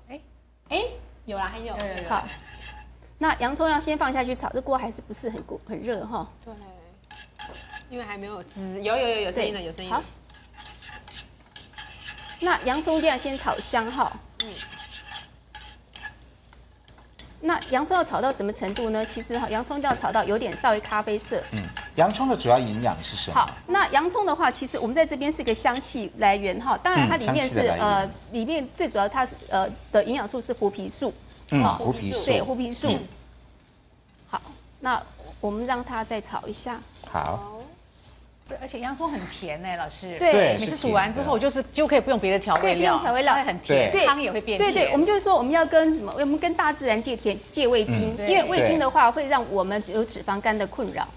哎哎，有啦，还有，好，那洋葱要先放下去炒，这锅还是不是很过很热哈？对，因为还没有滋，有有有有声音了，有声音了。好那洋葱一定要先炒香哈。嗯。那洋葱要炒到什么程度呢？其实哈，洋葱一定要炒到有点稍微咖啡色。嗯。洋葱的主要营养是什么？好，那洋葱的话，其实我们在这边是一个香气来源哈，当然它里面嗯香气的是来源呃，里面最主要它是呃的营养素是胡皮素，嗯，好胡皮素，嗯对，胡皮素。好，那我们让它再炒一下。好，对而且洋葱很甜呢，老师。对对每次是煮完之甜的后，就是就可以不用别的调味对不用料，调味料它很甜，对汤也会变对甜。对，我们就是说我们要跟什么？我们跟大自然借甜借味嗯精，因为味精的话会让我们有脂肪肝的困扰。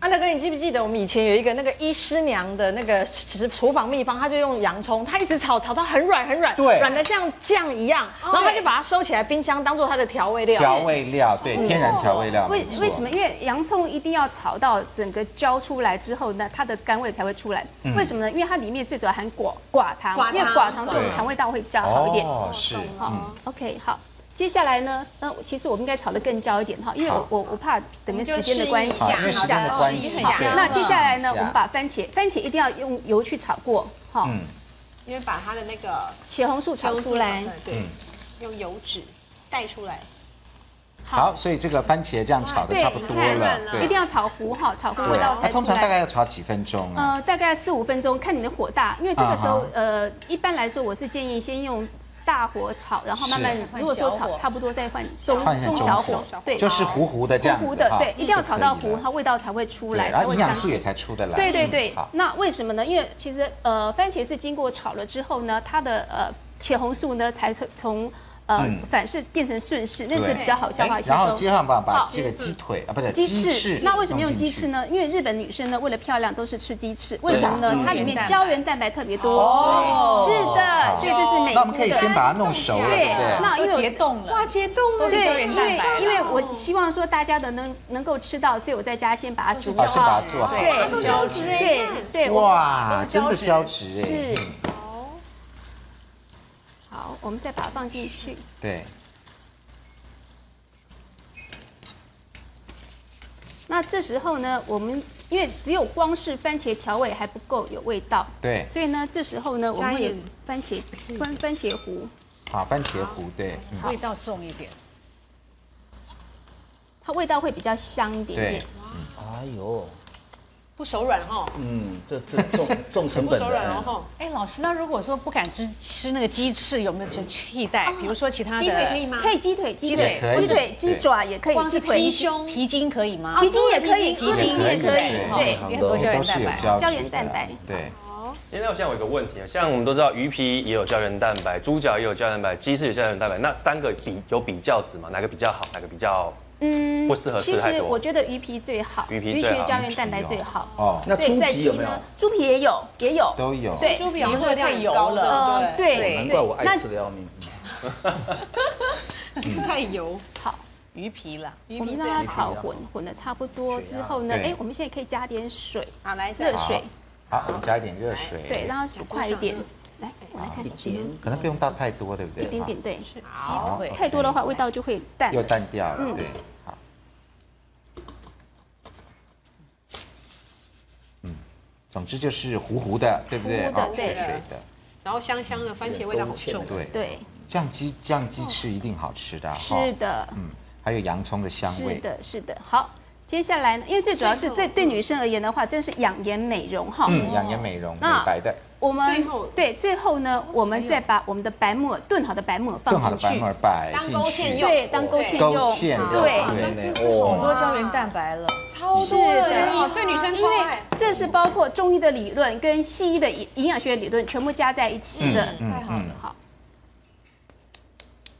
安德哥，你记不记得我们以前有一个那个医师娘的那个食厨房秘方，她就用洋葱，她一直炒炒到很软很软，对哦软的像酱一样，然后她就把它收起来冰箱当做她的调味料。调味料，对，天然调味料，嗯为哦没错为什么？因为洋葱一定要炒到整个焦出来之后呢，它的甘味才会出来。嗯为什么呢？因为它里面最主要含寡寡糖，寡糖因为寡糖对我们对肠胃道会比较好一点。哦，是，嗯， OK，好。接下来呢？那我其实我们应该炒得更焦一点哈，因为我好我我怕等个时间的关系，哦好，因为时间的关试系一，好下对那接下来呢，试一我们把番茄，番茄一定要用油去炒过，哈，嗯，因为把它的那个茄红素炒出来油，脂，对，用油脂带出来，好，所以这个番茄这样炒的对差不多你了看，对，一定要炒糊哈，炒糊对味道它才出通常大来。概要炒几分钟啊？呃，大概四五分钟，看你的火大，因为这个时啊候哈，呃，一般来说我是建议先用大火炒，然后慢慢是，如果说换小炒火差不多再换中换成嗯中中小火火，对，就是糊糊的这样子糊糊的哈，对，一定要炒到就可以糊了，它味道才会出来，对才然后会营香养素气也。才出得来，对对对嗯好，，那为什么呢？因为其实呃，番茄是经过炒了之后呢，它的呃茄红素呢才从从呃嗯反式变成顺式，那对哎是比较好消化吸然后收接。上把把好这个鸡腿啊，不是鸡翅翅，，那为什么用鸡翅呢？呢？因为日本女生呢，为了漂亮都是吃鸡翅，啊为什么呢？它里面胶原蛋白特别多。哦，是的，所以这是美那我们可以肤先的。把它弄熟了，对不对对？，那因为都我结冻了，哇，结冻了，都是胶对，原因蛋为白了，因为我希望说大家的能能够吃到，所以我在家先把它煮哦，先把好。它做好。对，都胶质对对，我哇，真的胶质哎，是。好，我们再把它放进去。对，那这时候呢，我们因为只有光是番茄调味还不够有味道，对所以呢，这时候呢，我们会有番茄番番茄糊，好，番茄糊，对，嗯味道重一点。它味道会比较香一点对点。，哎呦，不手软哦，嗯，这这重重成不本手的软，哦，哎，老师，那如果说不敢吃吃那个鸡翅，有没有去替代？比如说其他啊鸡腿可的以吗？可以鸡腿，鸡腿也可以鸡对腿、鸡爪也可以，光鸡是腿、鸡胸，蹄筋可以啊吗？皮筋也可以，皮筋猪皮筋也可以，对对，也很多胶都原是蛋有白。胶胶原原蛋白对，哎那我现在有一个问题啊，像我们都知道鱼皮也有胶原蛋白，猪脚也有胶原蛋白，鸡翅也有胶原蛋白，那三个比有比较值吗？哪个比较好？哪个比较嗯不适合其吃太多实我觉得鱼皮最好，鱼皮鱼皮最好胶原蛋白最好。哦，那猪对，在皮鸡有没有呢？，猪皮也有，也有，都有，对，猪皮好像热量油了呃，，不对，难对怪我爱那吃的要命。太油，鱼皮了。我们让它炒混混的差不多之后呢，对哎，我们现在可以加点水，好来这热水，好，我们加一点热水，对，让它煮快一点。来，我来看一下，可能不用倒太多，对不对？一点点，对，好，对 OK 太多的话味道就会淡又。淡掉了，嗯对，好，嗯，总之就是糊糊的，对不对？糊糊的啊对水水的，然后香香的番茄味道好重，对，对，这样鸡这样鸡翅一定好吃的，哈是，的，嗯，还有洋葱的香是味，的，是的。好，接下来呢，因为最嗯主要是在对女生而言的话，真是养颜美容哈。嗯，养颜美容，美那白的，我们最后对最后呢，我们再把我们的白木耳炖好的白木耳更好放的进白木去，耳摆当进勾芡去，用对，当勾芡勾用，芡的，对。对，很哦，多胶原蛋啊白了，超是多的的哦，，对女生因超为爱。这是包括中医的理论跟西医的营营养学理论全部加在一起的，嗯嗯太好了，好。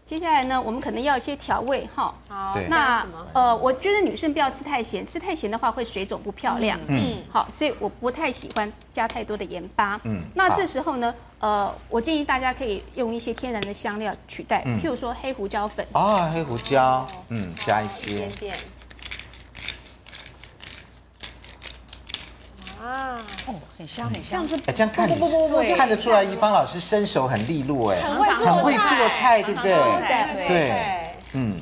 接下来呢，我们可能要一些调味哈。好对那呃，我觉得女生不要吃太咸，吃太咸的话会水肿不漂亮。嗯，好，所以我不太喜欢加太多的盐巴。嗯嗯，那好这时候呢，呃，我建议大家可以用一些天然的香料取代，嗯譬如说黑胡椒粉。啊，黑胡椒，嗯，加一些点，点。啊，哦，很香很这香样。子哎，这样看你不看得出来，一芳老师身手很利落，哎，很会很做会菜，做菜，对不对？对对，嗯，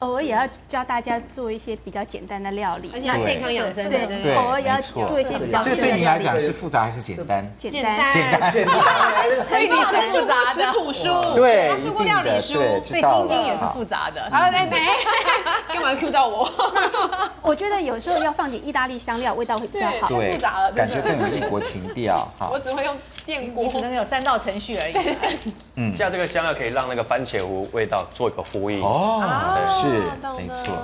偶尔也要教大家做一些比较简单的料理，而且要健康养生的，对不对对，偶尔也要没错做一些比较这简个对单你的来讲是复杂还是简单？简单。简单，简单，对，很是复杂的食谱书，对他出过料理一定的书，对知对，道晶了晶也是复杂的。好，哎没，干嘛 Q 到我？我觉得有时候要放点意大利香料，味道会比较好。太复杂了感觉更有异国情调。好我，只会用电锅，只能有三道程序而已。加这个香料可以让那个番茄糊味道做一个呼应。哦，是懂没了错。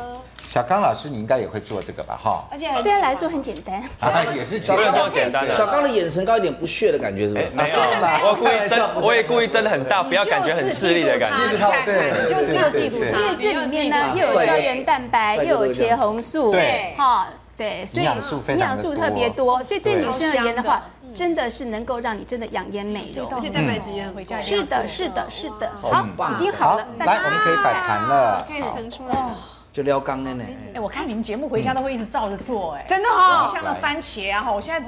小刚老师，你应该也会做这个吧？哈，而且还对他来说很简单。啊，也是这简个单超简单小的。刚的眼神高一点不屑的感觉，是不哎没是？有，我故意睁，我也故意睁得很大，不要感觉很势利的感你觉。看看，你就是要记住对啊对对它对因为。这里面呢又有胶原蛋白，对又有茄红素，对哈，对，所以营养素非常的多营养素特别多，所以对女生而言的话，真的是能够让你真的养颜美容。而嗯且蛋白质也很回家一定是要的，吃，是的，是的，好，嗯啊已经好好了，，大来，家我们可以摆盘了。好，盛出来了。就撩刚的呢。哎哎，我看你们节目回家都会一直照着做，哎，真的哦像那番茄啊，哈，我现在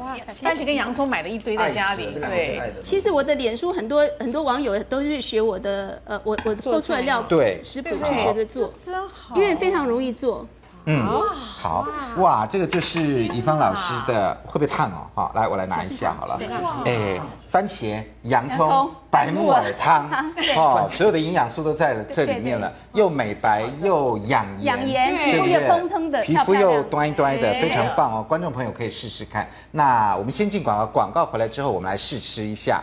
番茄跟洋葱买了一堆在家里，对，，其实我的脸书很多很多网友都是学我的，呃，我我做出来料对食谱去学着做，真好因为非常容易做。嗯，好，哇，这个就是怡芳老师的，会不会烫哦？好，来，我来拿一下好了。哎，番茄、洋洋葱葱、白木耳汤白木耳汤对，哦，所有的营养素都在这里面了，又美白又养颜，养颜对不皮肤对又蓬蓬的皮肤又漂亮端一端的，非常棒哦，观众朋友可以试试看。那我们先进广告，广告回来之后，我们来试吃一下。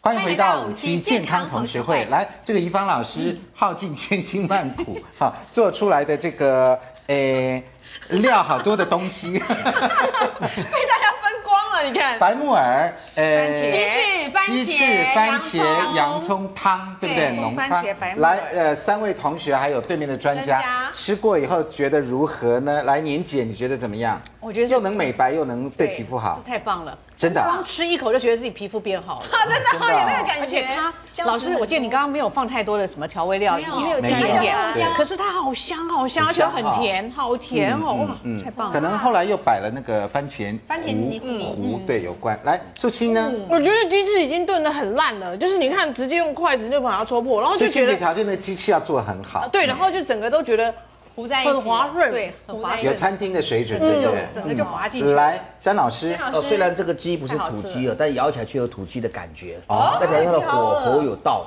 欢迎回到五期健康同学会。来，这个怡芳老师嗯耗尽千辛万苦，哈，做出来的这个诶料好多的东 西，被大家分光了，你看。白木耳，诶鸡翅番鸡茄翅、番茄、洋葱汤，对不对？对浓番汤茄白。木耳来，呃，三位同学还有对面的专专家家吃过以后觉得如何呢？来，年姐你觉得怎么样？我觉得是又能美白又能对皮肤好这，太棒了！真的啊光吃一口就觉得自己皮肤变好了，真 的啊。而且它老师，我记得你刚刚没有放太多的什么调味料，因为没有加一点没有，可是它好香好香，很而且香嗯很甜，好甜哦，哇，太棒可了！能后来又摆了那个番茄番茄泥嗯糊，对，有关。来，素清呢？我觉得鸡翅已经炖得很烂了，就是你看直接用筷子就把它戳破，然后所就以先觉决得条件的机器要做得很啊好，对，然后就整个都觉得糊在一起，很滑润对，很滑有润，餐厅的水准，对不对？嗯整个就滑进去。来，詹老师，哦，虽然这个鸡不是土太好鸡哦，但咬起来却有土鸡的感觉，哦，代表它的火候有到。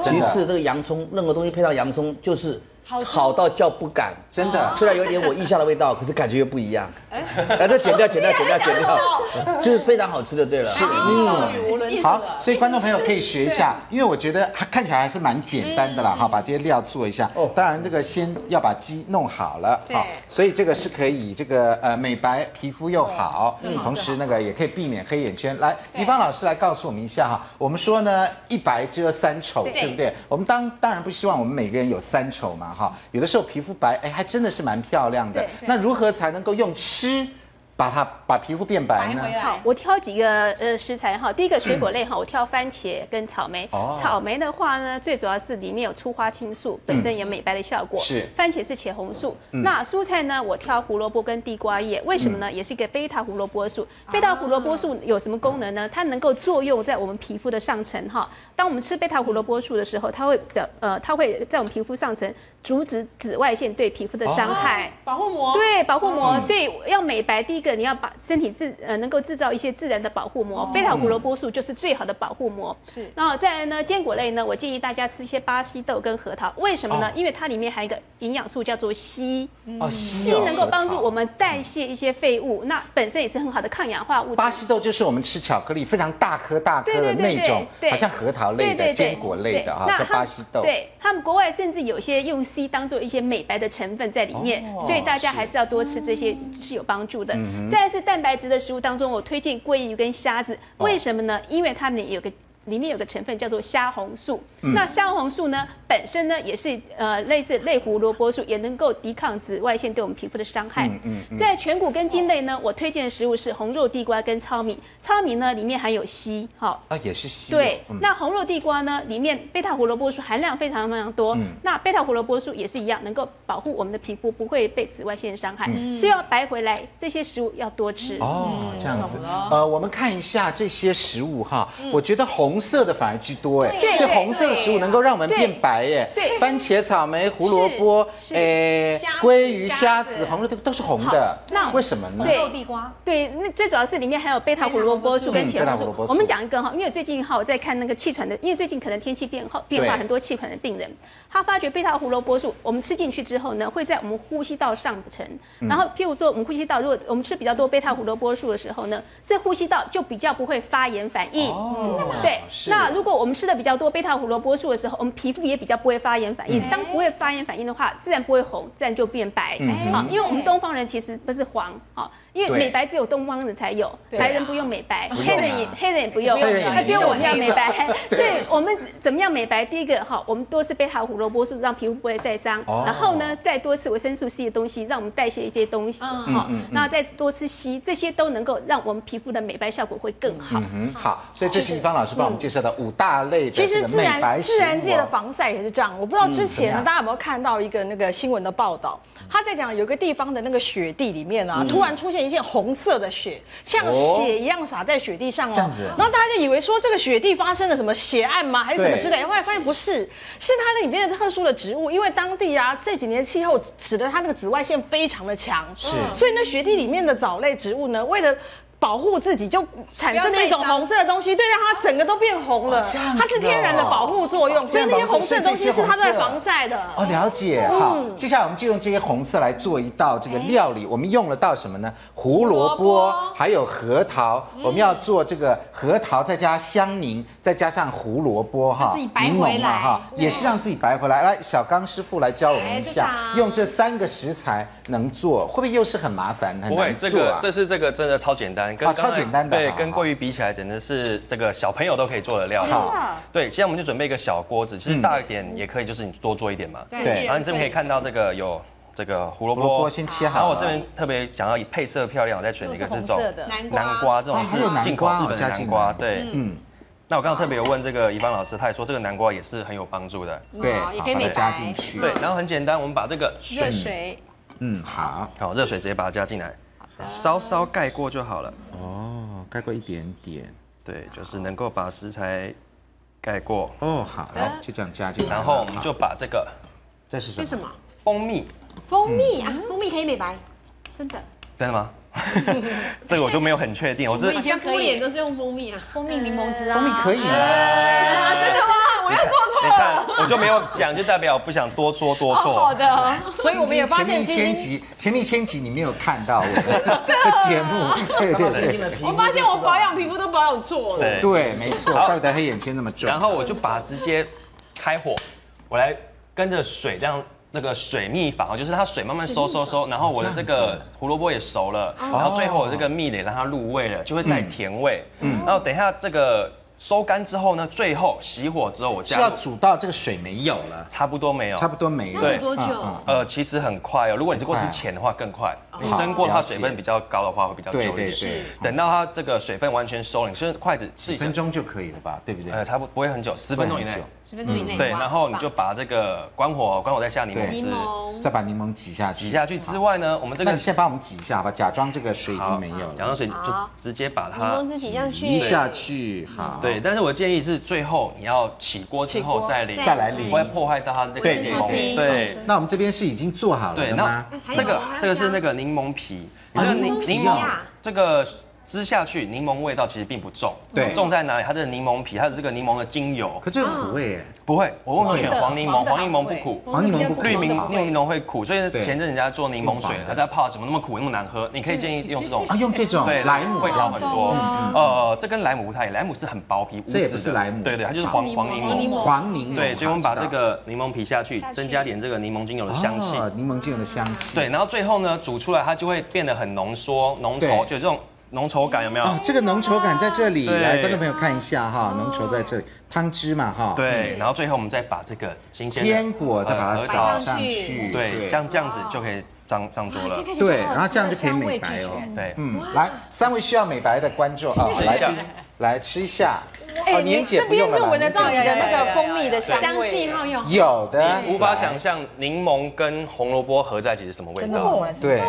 其次，这个洋葱，任何东西配上洋葱就是好到叫不敢。哦真的虽然有点我意下的味道，可是感觉又不一样。哎，这剪掉，剪掉，剪掉，剪掉，就是非常好吃的，对啊了。是，嗯嗯好，所以观众朋友可以学一下，因为我觉得它看起来还是蛮简单的啦，哈，把这些料做一下。哦哦，当然这个先要把鸡弄好了，好，所以这个是可以这个呃美白皮肤又嗯好，同时那个也可以避免黑眼圈。来，怡芳老师来告诉我们一下哈，我们说呢一白遮三丑，对不对？我们当当然不希望我们每个人有三丑嘛，哈，有的时候皮肤白，哎，还真的是蛮漂亮的。那如何才能够用吃把它把皮肤变白呢？好，我挑几个呃食材哈，第一个水果类哈，我挑番茄跟草莓哦。草莓的话呢，最主要是里面有粗花青素，本身有美白的效果。嗯是嗯番茄是茄红素。那蔬菜呢，我挑胡萝卜跟地瓜叶，为什么呢？也是一个贝塔胡萝卜素。哦贝塔胡萝卜素有什么功能呢？它能够作用在我们皮肤的上层哈。当我们吃贝塔胡萝卜素的时候，它会表呃，它会在我们皮肤上层阻止紫外线对皮肤的哦伤害。保护膜，嗯对，保护膜，所以要美白，第一个你要把身体自呃能够制造一些自然的保护膜，贝塔胡萝卜素就是最好的保护膜。哦是然后再来呢，坚果类呢，我建议大家吃一些巴西豆跟核桃，为什么呢？哦因为它里面含一个营养素叫做硒，嗯哦，硒硒哦能够帮助我们代谢一些废物，那本身也是很好的抗氧化物质。巴西豆就是我们吃巧克力非常大颗大颗的对对对那种，对好像核桃类对对的、对，坚果类的啊，对叫那他巴们西豆。对他们国外甚至有些用 C 当做一些美白的成分在里面，哦所以大家还是要多吃这些嗯是有帮助的。再来是蛋白质的食物当中，我推荐鲑鱼跟虾子，哦嗯为什么呢？因为它们有个。里面有个成分叫做虾红素，那虾红素呢本身呢也是呃类似类胡萝卜素，也能够抵抗紫外线对我们皮肤的伤害。嗯嗯。在全谷根茎类呢，我推荐的食物是红肉地瓜跟糙米。糙米呢里面含有硒，哈。啊，也是硒。对，那红肉地瓜呢里面贝塔胡萝卜素含量非常非常多。嗯。那贝塔胡萝卜素也是一样，能够保护我们的皮肤不会被紫外线伤害。嗯。所以要白回来，这些食物要多吃。嗯哦，这样子。呃，我们看一下这些食物哈，嗯我觉得红色的反而居多哎，这红色的食物能够让我们变白哎，对，番茄、草莓、胡萝卜，哎，鲑鱼、虾子、红肉都都是红的，那为什么呢？对，地瓜，对，那最主要是里面含有贝嗯塔胡萝卜素跟茄红素。我们讲一个哈，因为最近哈我在看那个气喘的，因为最近可能天气变好变化，很多气喘的病人，他发觉贝塔胡萝卜素我们吃进去之后呢，会在我们呼吸道上层，然后譬如说我们呼吸道如果我们吃比较多贝塔胡萝卜素的时候呢，这呼吸道就比较不会发炎反应，对。那如果我们吃的比较多贝塔胡萝卜素的时候，我们皮肤也比较不会发炎反应。当不会发炎反应的话，自然不会红，自然就变白。好，因为我们东方人其实不是黄，好，因为美白只有东方人才有，白啊人不用美白，黑人也黑人也不用，啊那只有我们要美 白。所以我们怎么样美白？第一个哈，我们多吃贝塔胡萝卜素，让皮肤不会晒伤。哦然后呢，再多吃维生素 C 的东西，让我们代谢一些东嗯西。好，那再多吃硒，这些都能够让我们皮肤的美白效果会更好。嗯好，所以这是方老师帮我们介绍的五大类的嗯其实这个自美白然食自物然界的啊防晒也是这样，我不知道之前呢嗯大家有没有看到一个那个新闻的报道，他在讲有一个地方的那个雪地里面嗯啊，突然出现一片红色的雪，像血一样洒在雪地上哦，哦这样子啊然后大家就以为说这个雪地发生了什么血案吗，还是什么对之类的，后来发现不是，是它那里面的特殊的植物，因为当地啊这几年气候使得它那个紫外线非常的强，嗯是所以呢雪地里面的藻类植物呢，为了保护自己，就产生了一种不要晒伤红色的东西，对，让它整个都变红了。哦这样子哦它是天然的保护作用，所以那些红色的东西是它在防晒的。哦，了解。嗯好，接下来我们就用这些红色来做一道这个料理。我们用了到什么呢？胡萝卜，还有核桃。嗯我们要做这个核桃，再加香柠，再加上胡萝卜哈，自己白柠檬回嘛来哎哈，也是让自己白回来。来，小刚师傅来教我们一下，用这三个食材能做，会不会又是很麻烦很不会难，这做个啊？这是这个真的超简单，啊刚才超简单的对好，跟好鲑鱼比起来，简直是这个小朋友都可以做的啊料理好。对，现在我们就准备一个小锅子，其实嗯大一点也可以，就是你多做一点嘛。对然后你这边可以看到这个有这个胡萝胡萝卜卜，先切然后好我了。这边特别想要以配色漂亮，我再选一个这种南瓜南瓜这种哦还有是进口南瓜日本我的加进南来瓜，对，嗯嗯。那我刚刚特别有问这个怡芳老师，他也说这个南瓜也是很有帮助的。对，好嗯也可以好把它美白加进去。对，然后很简单，我们把这个水热水，嗯，好。好热水直接把它加进来，稍稍盖过就好了。哦，盖过一点点。对，就是能够把食材盖过，哦，好，来就这样加进来了。然后我们就好把这个这是什这么？是什么？蜂蜜，嗯蜂蜜啊，蜂蜜可以美白，真的。真的吗？ 这个我就没有很确定，我我这以前敷脸都是用蜂蜜啊，蜂蜜柠檬汁蜂蜜可以吗？啊，真的吗？我又做你看我就没有讲，就代表我不想多说多哦错。的，所以我们也发前面现一千晶晶，集，前面一千集你没有看到我们 的节目，对对对我发现我保养皮肤都保养错对，了。对，没错，好怪不得黑眼圈那么重。然后我就把直接开火，我来跟着水让。那个水蜜法，就是它水慢慢收收收，然后我的这这样哦个胡萝卜也熟了，然后最后我这个蜜也让它入味了，就会带甜味。嗯，然后等一下这个收干之后呢，最后熄火之后我是加要入煮到这个水没有了，差不多没有，差不多没了。对多久嗯嗯呃，其实很快哦。如果你是过之前的话，更快。你生过的哦了话，解水分比较高的话，会比较久对一对点。对，等到它这个水分完全收了，你是筷子试一几下分，钟就可以了吧？对不对？呃，差不多不会很久，十分钟以内不会很。十分钟以内。对，哇然后你就把这个关火，关火再下柠对檬汁柠，檬再把柠檬挤下去，挤下去之外呢，我们这那个你现在帮我们挤一下吧，假装这个水已经没有然了，后水就直接把柠它檬。汁挤上挤啊去，一下去，好，嗯对，，但是我建议是最后你要起锅之后再淋，再来淋不会破坏到它这个对柠对檬。对对那我们这边是已经做好了对，的那吗？这个还有这个是那个柠檬皮，啊这个柠柠檬皮柠啊檬这个汁下去，柠檬味道其实并不重。对重在哪里？它的柠檬皮，它的这个柠檬的精油可这个苦味耶，不会。我问过选黄柠檬，黄的黄柠檬不苦。黄柠檬不苦绿柠好绿柠檬会苦，所以对前阵人家做柠檬用水黄的，大家泡怎么那么苦，那么难喝？你可以建议用这种啊，用这种对莱姆会好很多。嗯呃，这跟莱姆不太一样，莱姆是很薄皮，无这也籽不的是莱姆对对，它就是好黄黄柠黄柠檬。檬黄柠檬，对，所以我们把这好知道啊个柠檬皮下去，增加点这个柠檬精油的香气。哦柠檬精油的香气。对，，然后最后呢，煮出来它就会变得很浓缩、浓对稠，就有这种浓稠感有没有？哦，这个浓稠感在这里，对来观众朋友看一下哈，浓稠在这里，汤汁嘛哈，，对，然后最后我们再把这个新鲜的坚果再把它呃核撒桃上去去，对，像这样子就可以上上桌了。对，然后这样就可以美白哦。对，嗯，来，三位需要美白的观众啊，吃一来下宾来吃一下。哦，哎你年姐这不边用了就啦，闻得年姐到你有有的那有有个蜂蜜的香香味气了好有，有的，无法想象柠檬跟红萝卜合在一起是什么味道。对，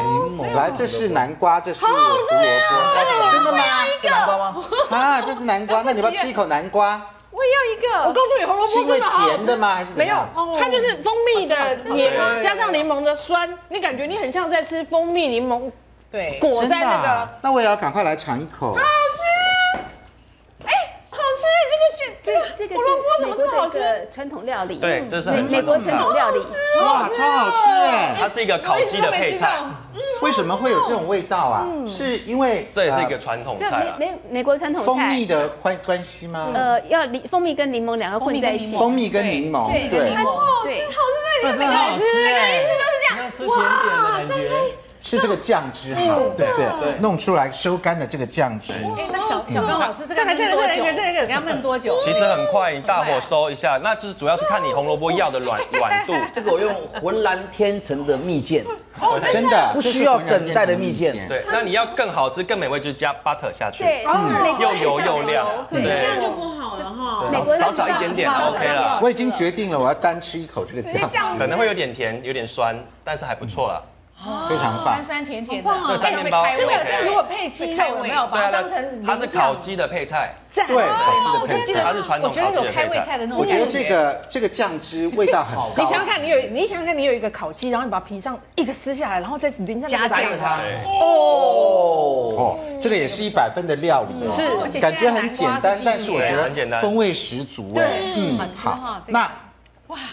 来，这是南瓜，这是胡萝啊卜，真的吗？南瓜吗？哎啊，这是南瓜，那你要不要吃一口南瓜？我也要一个。我告诉你，红萝是因卜为真的好好甜吃的吗？还是怎没有样？，它就是蜂蜜的柠对檬加上柠檬的酸，你感觉你很像在吃蜂蜜柠檬对，裹真的在那个。啊，那我也要赶快来尝一口。好吃，这个是这这个胡萝是卜美怎么国这么的好一吃？个传统料理，对，这是美很美传国统传统料理，哇，超好吃哎！它是一个烤鸡的配菜，为什么会有这种味道啊？是因为这也是一呃个传统这菜啊美。美美国传统菜，蜂蜜的关关系吗？呃，要柠蜂蜜跟柠檬两个混在一起，蜂蜜跟柠檬，对对，对，这真的好吃哎，每次都是这样，哇，真的。是这个酱汁哈，对嗯对，弄出来收干的这个酱汁，那小小刚老师这个再来再来再来一个这个你要焖多久？其实很快，你大火收一下，那就是主要是看你红萝卜要的软软 度。这个我用浑然天成的蜜饯，哦真的啊不需要等待的蜜饯。对，那你要更好吃、更美味，就是加 butter 下去，对，哦美嗯又国是油这样又的亮，可是这样对，就不好了哈。美国人少是少这一样点点好 OK 了，我已经决定了，我要单吃一口这个酱，可能会有点甜，有点酸，但是还不错啦。非常棒酸。酸甜甜好棒的哦，这沾面包这个这个如对果配鸡肉有没有把它当成啊它是烤鸡的配菜，蘸？对，好吃的配记菜得。它是传我统觉得烤鸡有的开配胃菜菜。的那种哦我感觉得觉。这个这个酱汁味道很高，你想想看，你有你想想看，你有一个烤鸡，然后你把皮上一个撕下来，然后再淋上那个炸酱啊油条，哦，这个也是一百分的料理哦，是感觉很简单，但是我觉很简得单风味十足哎，嗯，好，那。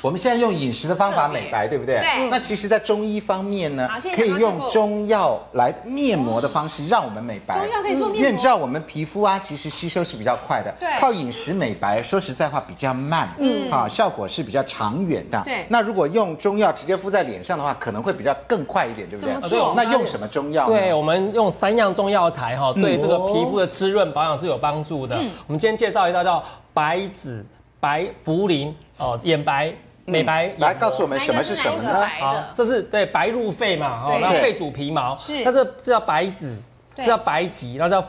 我们现在用饮食的方法美白，对不对？对那其实，在中医方面呢好谢，谢可以唐师用傅中药来面膜的方式让我们美白。中药可以做面膜因为你知道我们皮肤啊，其实吸收是比较快的，对靠饮食美白，说实在话比较慢，嗯，啊，效果是比较长远的。对那如果用中药直接敷在脸上的话，可能会比较更快一点，对不对怎么？做那用什么中药呢？对，我们用三样中药材哈，对这个皮肤的滋润保养是有帮助的。我们今天介绍一道叫白芷、白茯苓哦，眼白、嗯美白眼膜。来告诉我们什么是什么呢？好，这是对白入肺嘛，哦，然后肺主皮毛，那这这叫白芷，这叫白芨，那叫茯苓。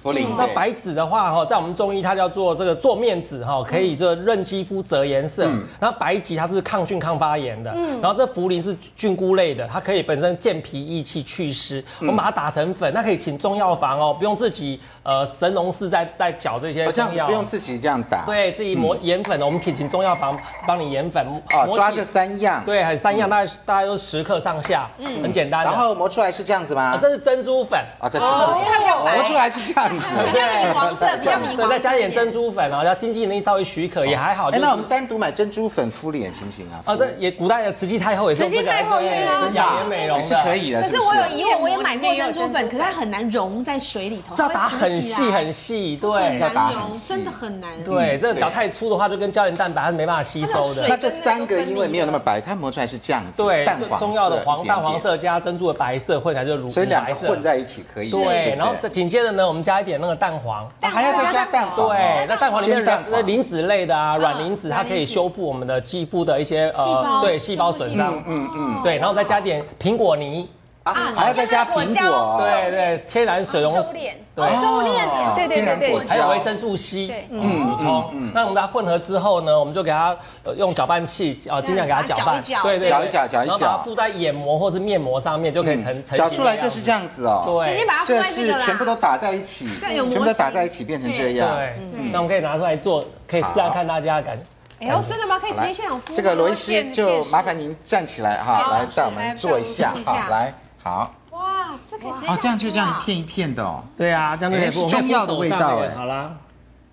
茯苓嗯那对白芷的话，哈，在我们中医它叫做这个做面子嗯哈，可以这润肌肤、泽颜色。然后白芨它是抗菌、抗发炎的，嗯然后这茯苓是菌菇类的，它可以本身健脾益气、祛湿。嗯我们把它打成粉，那可以请中药房哦，不用自己呃神农氏在在搅这些哦，这样中子药不。用自己这样打。对自己磨研粉，我们可以请中药房帮你研粉，哦，磨抓起这三样。。对，很三样，大概大概都十克上下，很简单嗯的。然后磨出来是这样子啊吗？这是珍珠粉，啊，这是磨出来是这样子。 啊比较米黄色，比较米黄所色。以再加一啊点珍珠粉，然哦后要经济能力稍微许可也还好。哎，是那我们单独买珍珠粉敷脸行不行啊？啊，这也古代的慈禧太后也是用这个来对真的养啊颜美容是可的。以的，可是是不我有是？疑问，我也买过珍珠粉，可是它很难溶在水里头，这要它打会很浮起细来很细，很对要打难很溶，细嗯真的很难。对，这个只要太粗的话，就跟胶原蛋白它是没办法吸收的那。这三个因为没有那么白，它磨出来是这样子，对，淡这黄色中药的一黄点淡黄点，色加珍珠的白色混起来就是乳所以乳两白个色。混在一起可以。对，不然后再紧接着呢，我们加一点那个蛋黄。啊还要再加蛋黄。对，那蛋黄里面鲜蛋的黄那磷脂类的啊，软磷脂，它软可以磷脂修复我们的肌肤的一些呃细胞对细胞损伤。嗯嗯对，然后再加点苹果泥，啊，还要再加苹果。对哦对，天然水溶，敛，对，收敛对对对对还哎有维生素 C，对嗯，补充。那我们把它混合之后呢，我们就给它呃用搅拌器啊，尽量给它搅把它拌搅一搅，对对，搅一对搅搅一然后把搅它敷在眼膜或是面膜上面，就可以成成搅型出的来就样是子这样子哦。对，直接把它放这在这个是啦。全部都打在一起，这样有模全型部都打在一起变成这样。对，嗯那我们可以拿出来做，可以试好看看大家的感觉。哎呦，真的吗？可以直接现场敷吗这个罗医师就麻烦您站起来哈，好来带我们做一来带下我们做一哈下，来好，哇，这可以直接哦，这样就这样一片。片一片的哦，对啊，这样就可以哎是我们可以中药的敷手味上道那个哎好啦，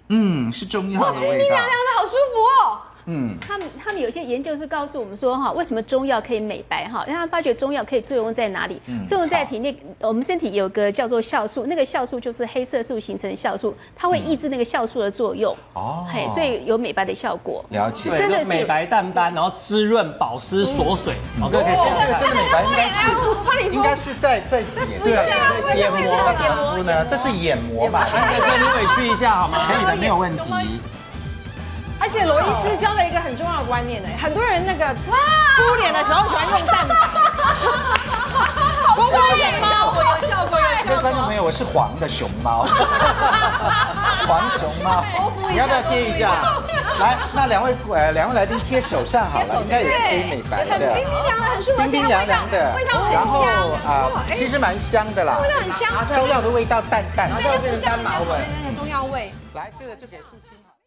嗯，是中药的味道凉，的好舒服哦。嗯，他们他们有些研究是告诉我们说哈，为什么中药可以美白哈？让他发觉中药可以作用在哪里？作用在体内，我们身体有个叫做酵素，那个酵素就是黑色素形成的酵素，它会抑制那个酵素的作用。哦，嘿，所以有美白的效果。了解，真的美白淡斑，然后滋润、保湿、锁水。哦，对，这个真的美白应该是应该是在在对啊，眼膜那怎么敷呢？这是眼膜吧？安哥哥，你委屈一下好吗？可以的，没有问题。而且罗医师教了一个很重要的观念呢，哦很多人那个敷脸的时候喜欢用蛋白，好敷啊衍啊吗？我有效果，有各位观众朋友，我是黄的熊 猫，黄熊猫，你要不要贴一下？来，那两位呃两位来宾贴手上好了，应该也是可以美白的，冰冰凉的很舒服，冰冰凉凉的，味道然很后香啊，哎其实蛮香的啦，味道很香，啊中药的味道淡淡，对，然后不变成像单人麻家所味谓。的那个中药味。来，这个就给肃清好。